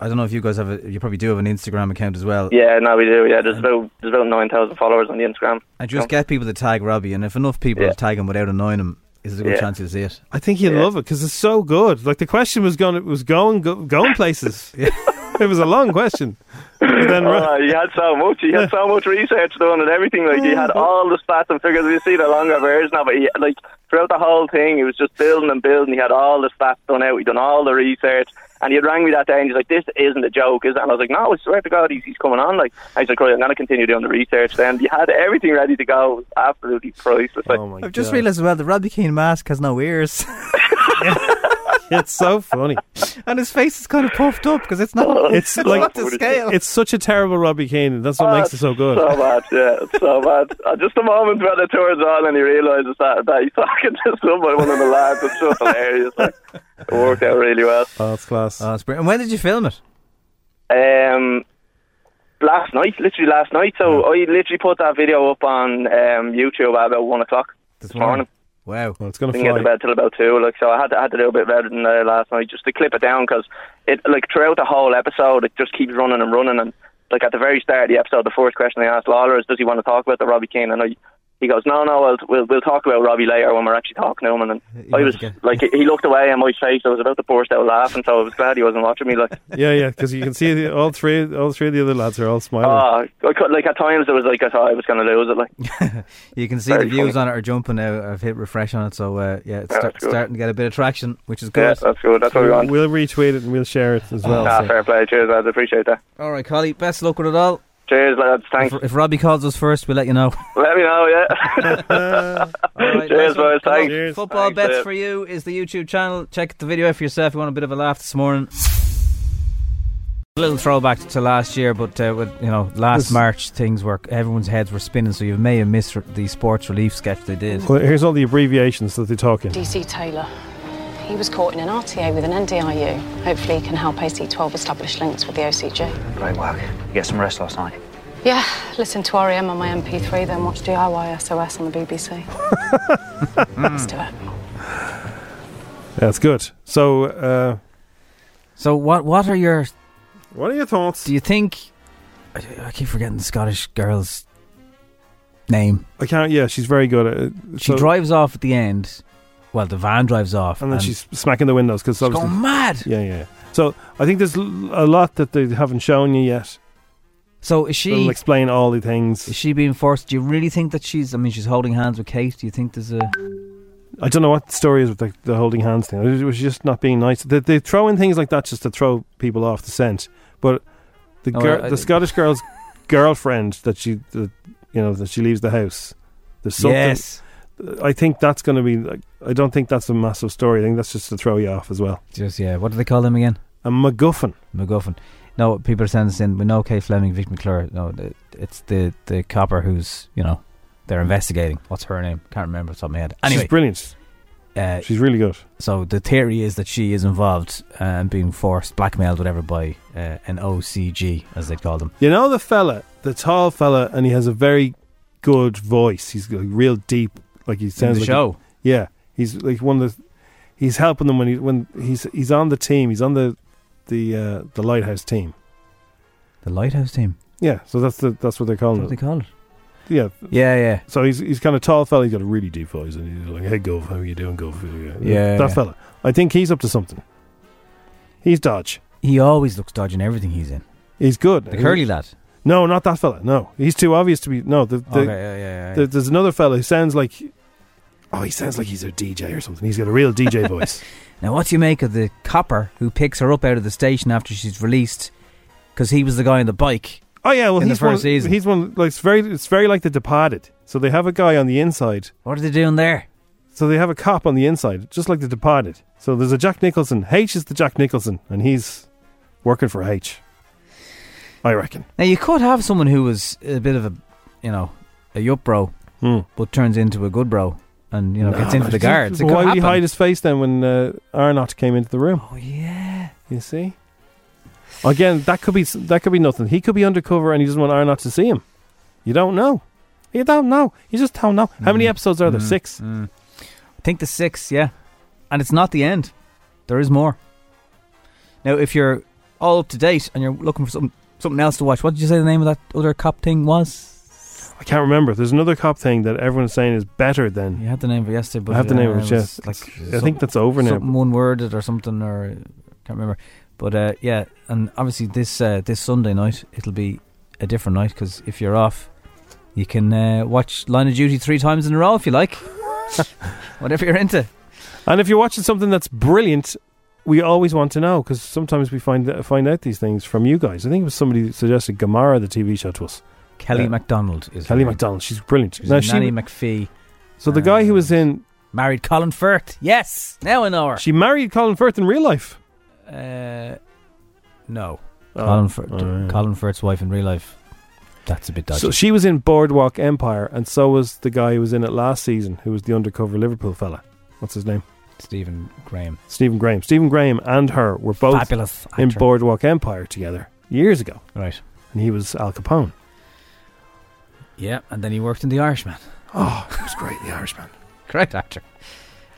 S3: I don't know if you guys have a. You probably do have an Instagram account as well.
S9: Yeah, no, we do. Yeah, there's about there's about nine thousand followers on the Instagram.
S3: And just get people to tag Robbie, and if enough people
S9: Yeah.
S3: tag him without annoying him, is a good
S9: Yeah.
S3: chance you'll see it.
S4: I think you'd love it because it's so good. Like the question was going, it was going, go, going places. *laughs* it was a long question. But *laughs* then Ro-
S9: Oh, he had so much. He had so much research done and everything. Like he had all the stats and figures. You see the longer version of it. He, like throughout the whole thing, he was just building and building. He had all the stats done out. He'd done all the research. And he had rang me that day and he's like, "This isn't a joke, is it?" And I was like, "No, I swear to God, he's, he's coming on." Like I was like, "Right, I'm going to continue doing the research." Then he had everything ready to go. It was absolutely priceless. Like, oh
S4: my
S3: I've just realised as well the Robbie Keane mask has no ears, *laughs*
S4: it's so funny.
S3: and his face is kind of puffed up because it's
S9: *laughs*
S3: not.
S4: It's like
S3: not to scale.
S4: it's such a terrible Robbie Kane. That's what
S9: Oh,
S4: makes it so good.
S9: So bad, yeah, it's so bad. Uh, just the moment where the tour's on and he realises that, that he's *laughs* talking to somebody, one of the lads, it's so hilarious. Like, it worked out really well.
S4: *laughs* Oh, that's class.
S3: Oh, that's brilliant. and when did you film it?
S9: Um, last night, literally last night. So I literally put that video up on um, YouTube at about one o'clock this, morning.
S3: Wow,
S4: Oh, it's going to
S9: Didn't get to
S4: fly.
S9: bed till about two. Like so, I had to, had to do a bit better than uh, last night just to clip it down because it like throughout the whole episode it just keeps running and running and like at the very start of the episode the first question I asked Lawler is does he want to talk about the Robbie Keane and I. He goes, no, no, we'll, we'll we'll talk about Robbie later when we're actually talking to him. And then I was like, he he looked away, and my face, I was about to burst out laughing, so I was glad he wasn't watching me. Like,
S4: Yeah, yeah, because you can see the- all three, all three of the other lads are all smiling.
S9: oh, I could, like at times it was like I thought I was going to lose it. Like,
S3: You can see
S9: Very
S3: the views
S9: funny.
S3: on it are jumping now. I've hit refresh on it, so uh, yeah, it's
S9: Yeah,
S3: start,
S9: that's good.
S3: starting to get a bit of traction, which is good.
S9: Yeah, that's good. That's what we want.
S4: We'll retweet it and we'll share it as well.
S9: Ah,
S4: so.
S9: fair play. Cheers, lads. Appreciate that.
S3: All right, Collie, best of luck with it all.
S9: Cheers, lads. Thanks.
S3: If, if Robbie calls us first, we'll let you know.
S9: Let me know, *laughs* yeah. Cheers, boys. Thanks.
S3: Football
S9: Thanks,
S3: Bets
S9: Dave.
S3: for You is the YouTube channel. Check the video out for yourself if you want a bit of a laugh this morning. A little throwback to last year, but uh, with, you know, last
S4: This-
S3: March things were everyone's heads were spinning, so you may have missed the sports relief sketch they did.
S4: *laughs* Well, here's all the abbreviations that they talk in.
S26: DC Taylor. He was caught in an RTA with an NDIU. Hopefully, he can help AC12 establish links with the OCG.
S27: Great work. You get some rest last night.
S26: Yeah, listen to REM on my MP3, then watch DIY SOS on
S27: *laughs*
S26: the BBC. Let's do it.
S4: That's good. So, uh,
S3: so what? What are your
S4: What are your thoughts?
S3: Do you think I, I keep forgetting the Scottish girl's name?
S4: I can't. Yeah, she's very good. At, it.
S3: She
S4: So-
S3: drives off at the end. Well, the van drives off,
S4: and then she's smacking the windows because obviously
S3: going mad.
S4: Yeah, yeah. yeah. So I think there's l- a lot that they haven't shown you yet.
S3: So is she-
S4: That'll explain all the things.
S3: Is she being forced? Do you really think that she's? I mean, she's holding hands with Kate. Do you think there's a?
S4: I don't know what the story is with the, the holding hands thing. It was just not being nice. They, they throw in things like that just to throw people off the scent. But the
S3: No,
S4: girl,
S3: Oh, I-
S4: the Scottish girl's girlfriend that she, that you know, that she leaves the house. There's something.
S3: Yes.
S4: I think that's going to be. Like, I don't think that's a massive story. I think that's just to throw you off as well.
S3: Just yeah. What do they call them again?
S4: A MacGuffin.
S3: MacGuffin. No, people are sending us in. We know Kay Fleming, Vic McClure. No, the- it's the the copper who's you know they're investigating. What's her name? Can't remember off the top of my head. Anyway,
S4: she's brilliant.
S3: Uh,
S4: she's really good.
S3: So the theory is that she is involved uh, and being forced, blackmailed, whatever, by uh, an OCG as they call them.
S4: You know the fella, the tall fella, and he has a very good voice. He's like real deep, like he sounds
S3: the
S4: like
S3: show?
S4: yeah, he's like one of the. He's helping them when he when he's he's on the team. He's on the the uh, the lighthouse team.
S3: The lighthouse team.
S4: Yeah, so that's the that's what they're calling
S3: That's
S4: it.
S3: what they call it.
S4: Yeah,
S3: yeah, yeah.
S4: So he's he's kind of tall fella. He's got a really deep voice, and he's like, "Hey, Gov, how are you doing, Gov?"
S3: Yeah,
S4: that
S3: yeah.
S4: fella. I think he's up to something. He's dodge.
S3: He always looks dodge in everything he's in.
S4: He's good.
S3: The curly lad.
S4: No, not that fella. No, he's too obvious to be. No, the, the,
S3: Okay, yeah, yeah, yeah.
S4: the- there's another fella who sounds like. Oh, he sounds like he's a DJ or something. He's got a real
S3: *laughs*
S4: DJ voice.
S3: Now, what do you make of the copper who picks her up out of the station after she's released? Because he was the guy on the bike.
S4: Oh yeah, well
S3: in
S4: he's
S3: the first
S4: one,
S3: season.
S4: He's one like it's very it's very like The Departed. So they have a guy on the inside.
S3: What are they doing there?
S4: So they have a cop on the inside, just like The Departed. So there's a Jack Nicholson. H is the Jack Nicholson, and he's working for H. I reckon.
S3: Now you could have someone who was a bit of a, you know, a yup bro,
S4: Hmm.
S3: but turns into a good bro, and you know gets in for the guards. It
S4: Well, *laughs*
S3: could
S4: why would he
S3: happen.
S4: hide his face then when uh, Arnott came into the room? Oh
S3: yeah,
S4: you see. Again, that could be s- that could be nothing. He could be undercover and he doesn't want Arnott to see him. You don't know. You don't know. You just don't know. How many episodes are there?
S3: Mm,
S4: Six.
S3: mm. I think the six, yeah, and it's not the end. There is more. Now, if you're all up to date and you're looking for something something else to watch, what did you say the name of that other cop thing was?
S4: I can't remember. There's another cop thing that everyone's saying is better than.
S3: You had the name for yesterday, but
S4: I have the
S3: uh,
S4: name of
S3: was
S4: it. Yes,
S3: like
S4: I think
S3: some-
S4: that's over now.
S3: Something one worded or something, or uh, can't remember. But uh, yeah, and obviously this uh, this Sunday night it'll be a different night because if you're off, you can uh, watch Line of Duty three times in a row if you like. *laughs* Whatever you're into.
S4: And if you're watching something that's brilliant, we always want to know because sometimes we find uh, find out these things from you guys. I think it was somebody that suggested Gamara, the TV show, to us.
S3: Kelly
S4: Uh,
S3: MacDonald is
S4: Kelly
S3: her name.
S4: MacDonald. She's brilliant.
S3: She's
S4: Now,
S3: Nanny McPhee.
S4: so the guy who was in
S3: married Colin Firth. Yes, now I know her.
S4: she married Colin Firth in real life.
S3: Uh, no,
S4: Oh,
S3: Colin Firth.
S4: alright.
S3: Colin Firth's wife in real life. That's a bit dodgy.
S4: So she was in Boardwalk Empire, and so was the guy who was in it last season, who was the undercover Liverpool fella. What's his name?
S3: Stephen Graham.
S4: Stephen Graham. Stephen Graham and her were both
S3: Fabulous
S4: in
S3: actor.
S4: Boardwalk Empire together years ago.
S3: Right.
S4: And he was Al Capone.
S3: Yeah, and then he worked in The Irishman.
S4: Oh, he was great in The Irishman.
S3: Great actor.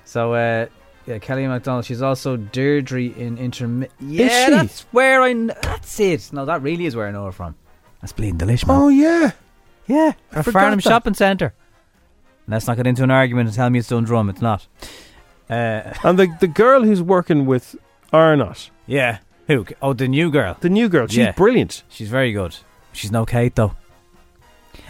S3: So, uh, yeah, Kelly MacDonald. She's also Deirdre in Intermi. Yeah,
S4: she?
S3: that's where I. Kn- that's it. No, that really is where I know her from. That's bleeding
S4: *laughs*
S3: delicious.
S4: Oh, yeah.
S3: Yeah.
S4: I forgot
S3: Farnham
S4: that.
S3: Shopping Centre. Let's not get into an argument and tell me it's done drum. It's not. Uh,
S4: And the, the girl who's working with Arnott,
S3: yeah. Who? Oh, the new girl.
S4: the new girl, she's
S3: Yeah.
S4: brilliant.
S3: She's very good. She's no Kate though.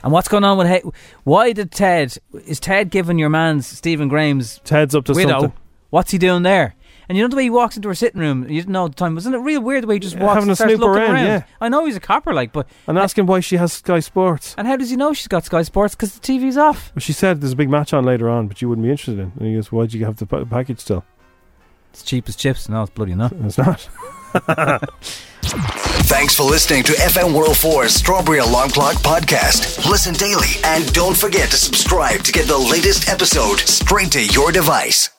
S3: And what's going on with? He- Why did Ted? Is Ted giving your man's Stephen Graham's
S4: Ted's up to
S3: widow?
S4: something.
S3: What's he doing there? And you know the way he walks into her sitting room. You didn't know at the time. Wasn't it real weird the way he just
S4: Yeah,
S3: walks
S4: having
S3: and
S4: a
S3: starts
S4: snoop
S3: looking
S4: around, yeah.
S3: I know he's a copper, like, but
S4: And ask him why she has Sky Sports.
S3: and how does he know she's got Sky Sports? Because the TV's off.
S4: Well, she said there's a big match on later on, but you wouldn't be interested in. And he goes, why do you have the pa- package still?
S3: It's cheap as chips. No, it's bloody not.
S4: It's not.
S3: *laughs*
S1: Thanks for listening to FM World 4's Strawberry Alarm Clock podcast. Listen daily and don't forget to subscribe to get the latest episode straight to your device.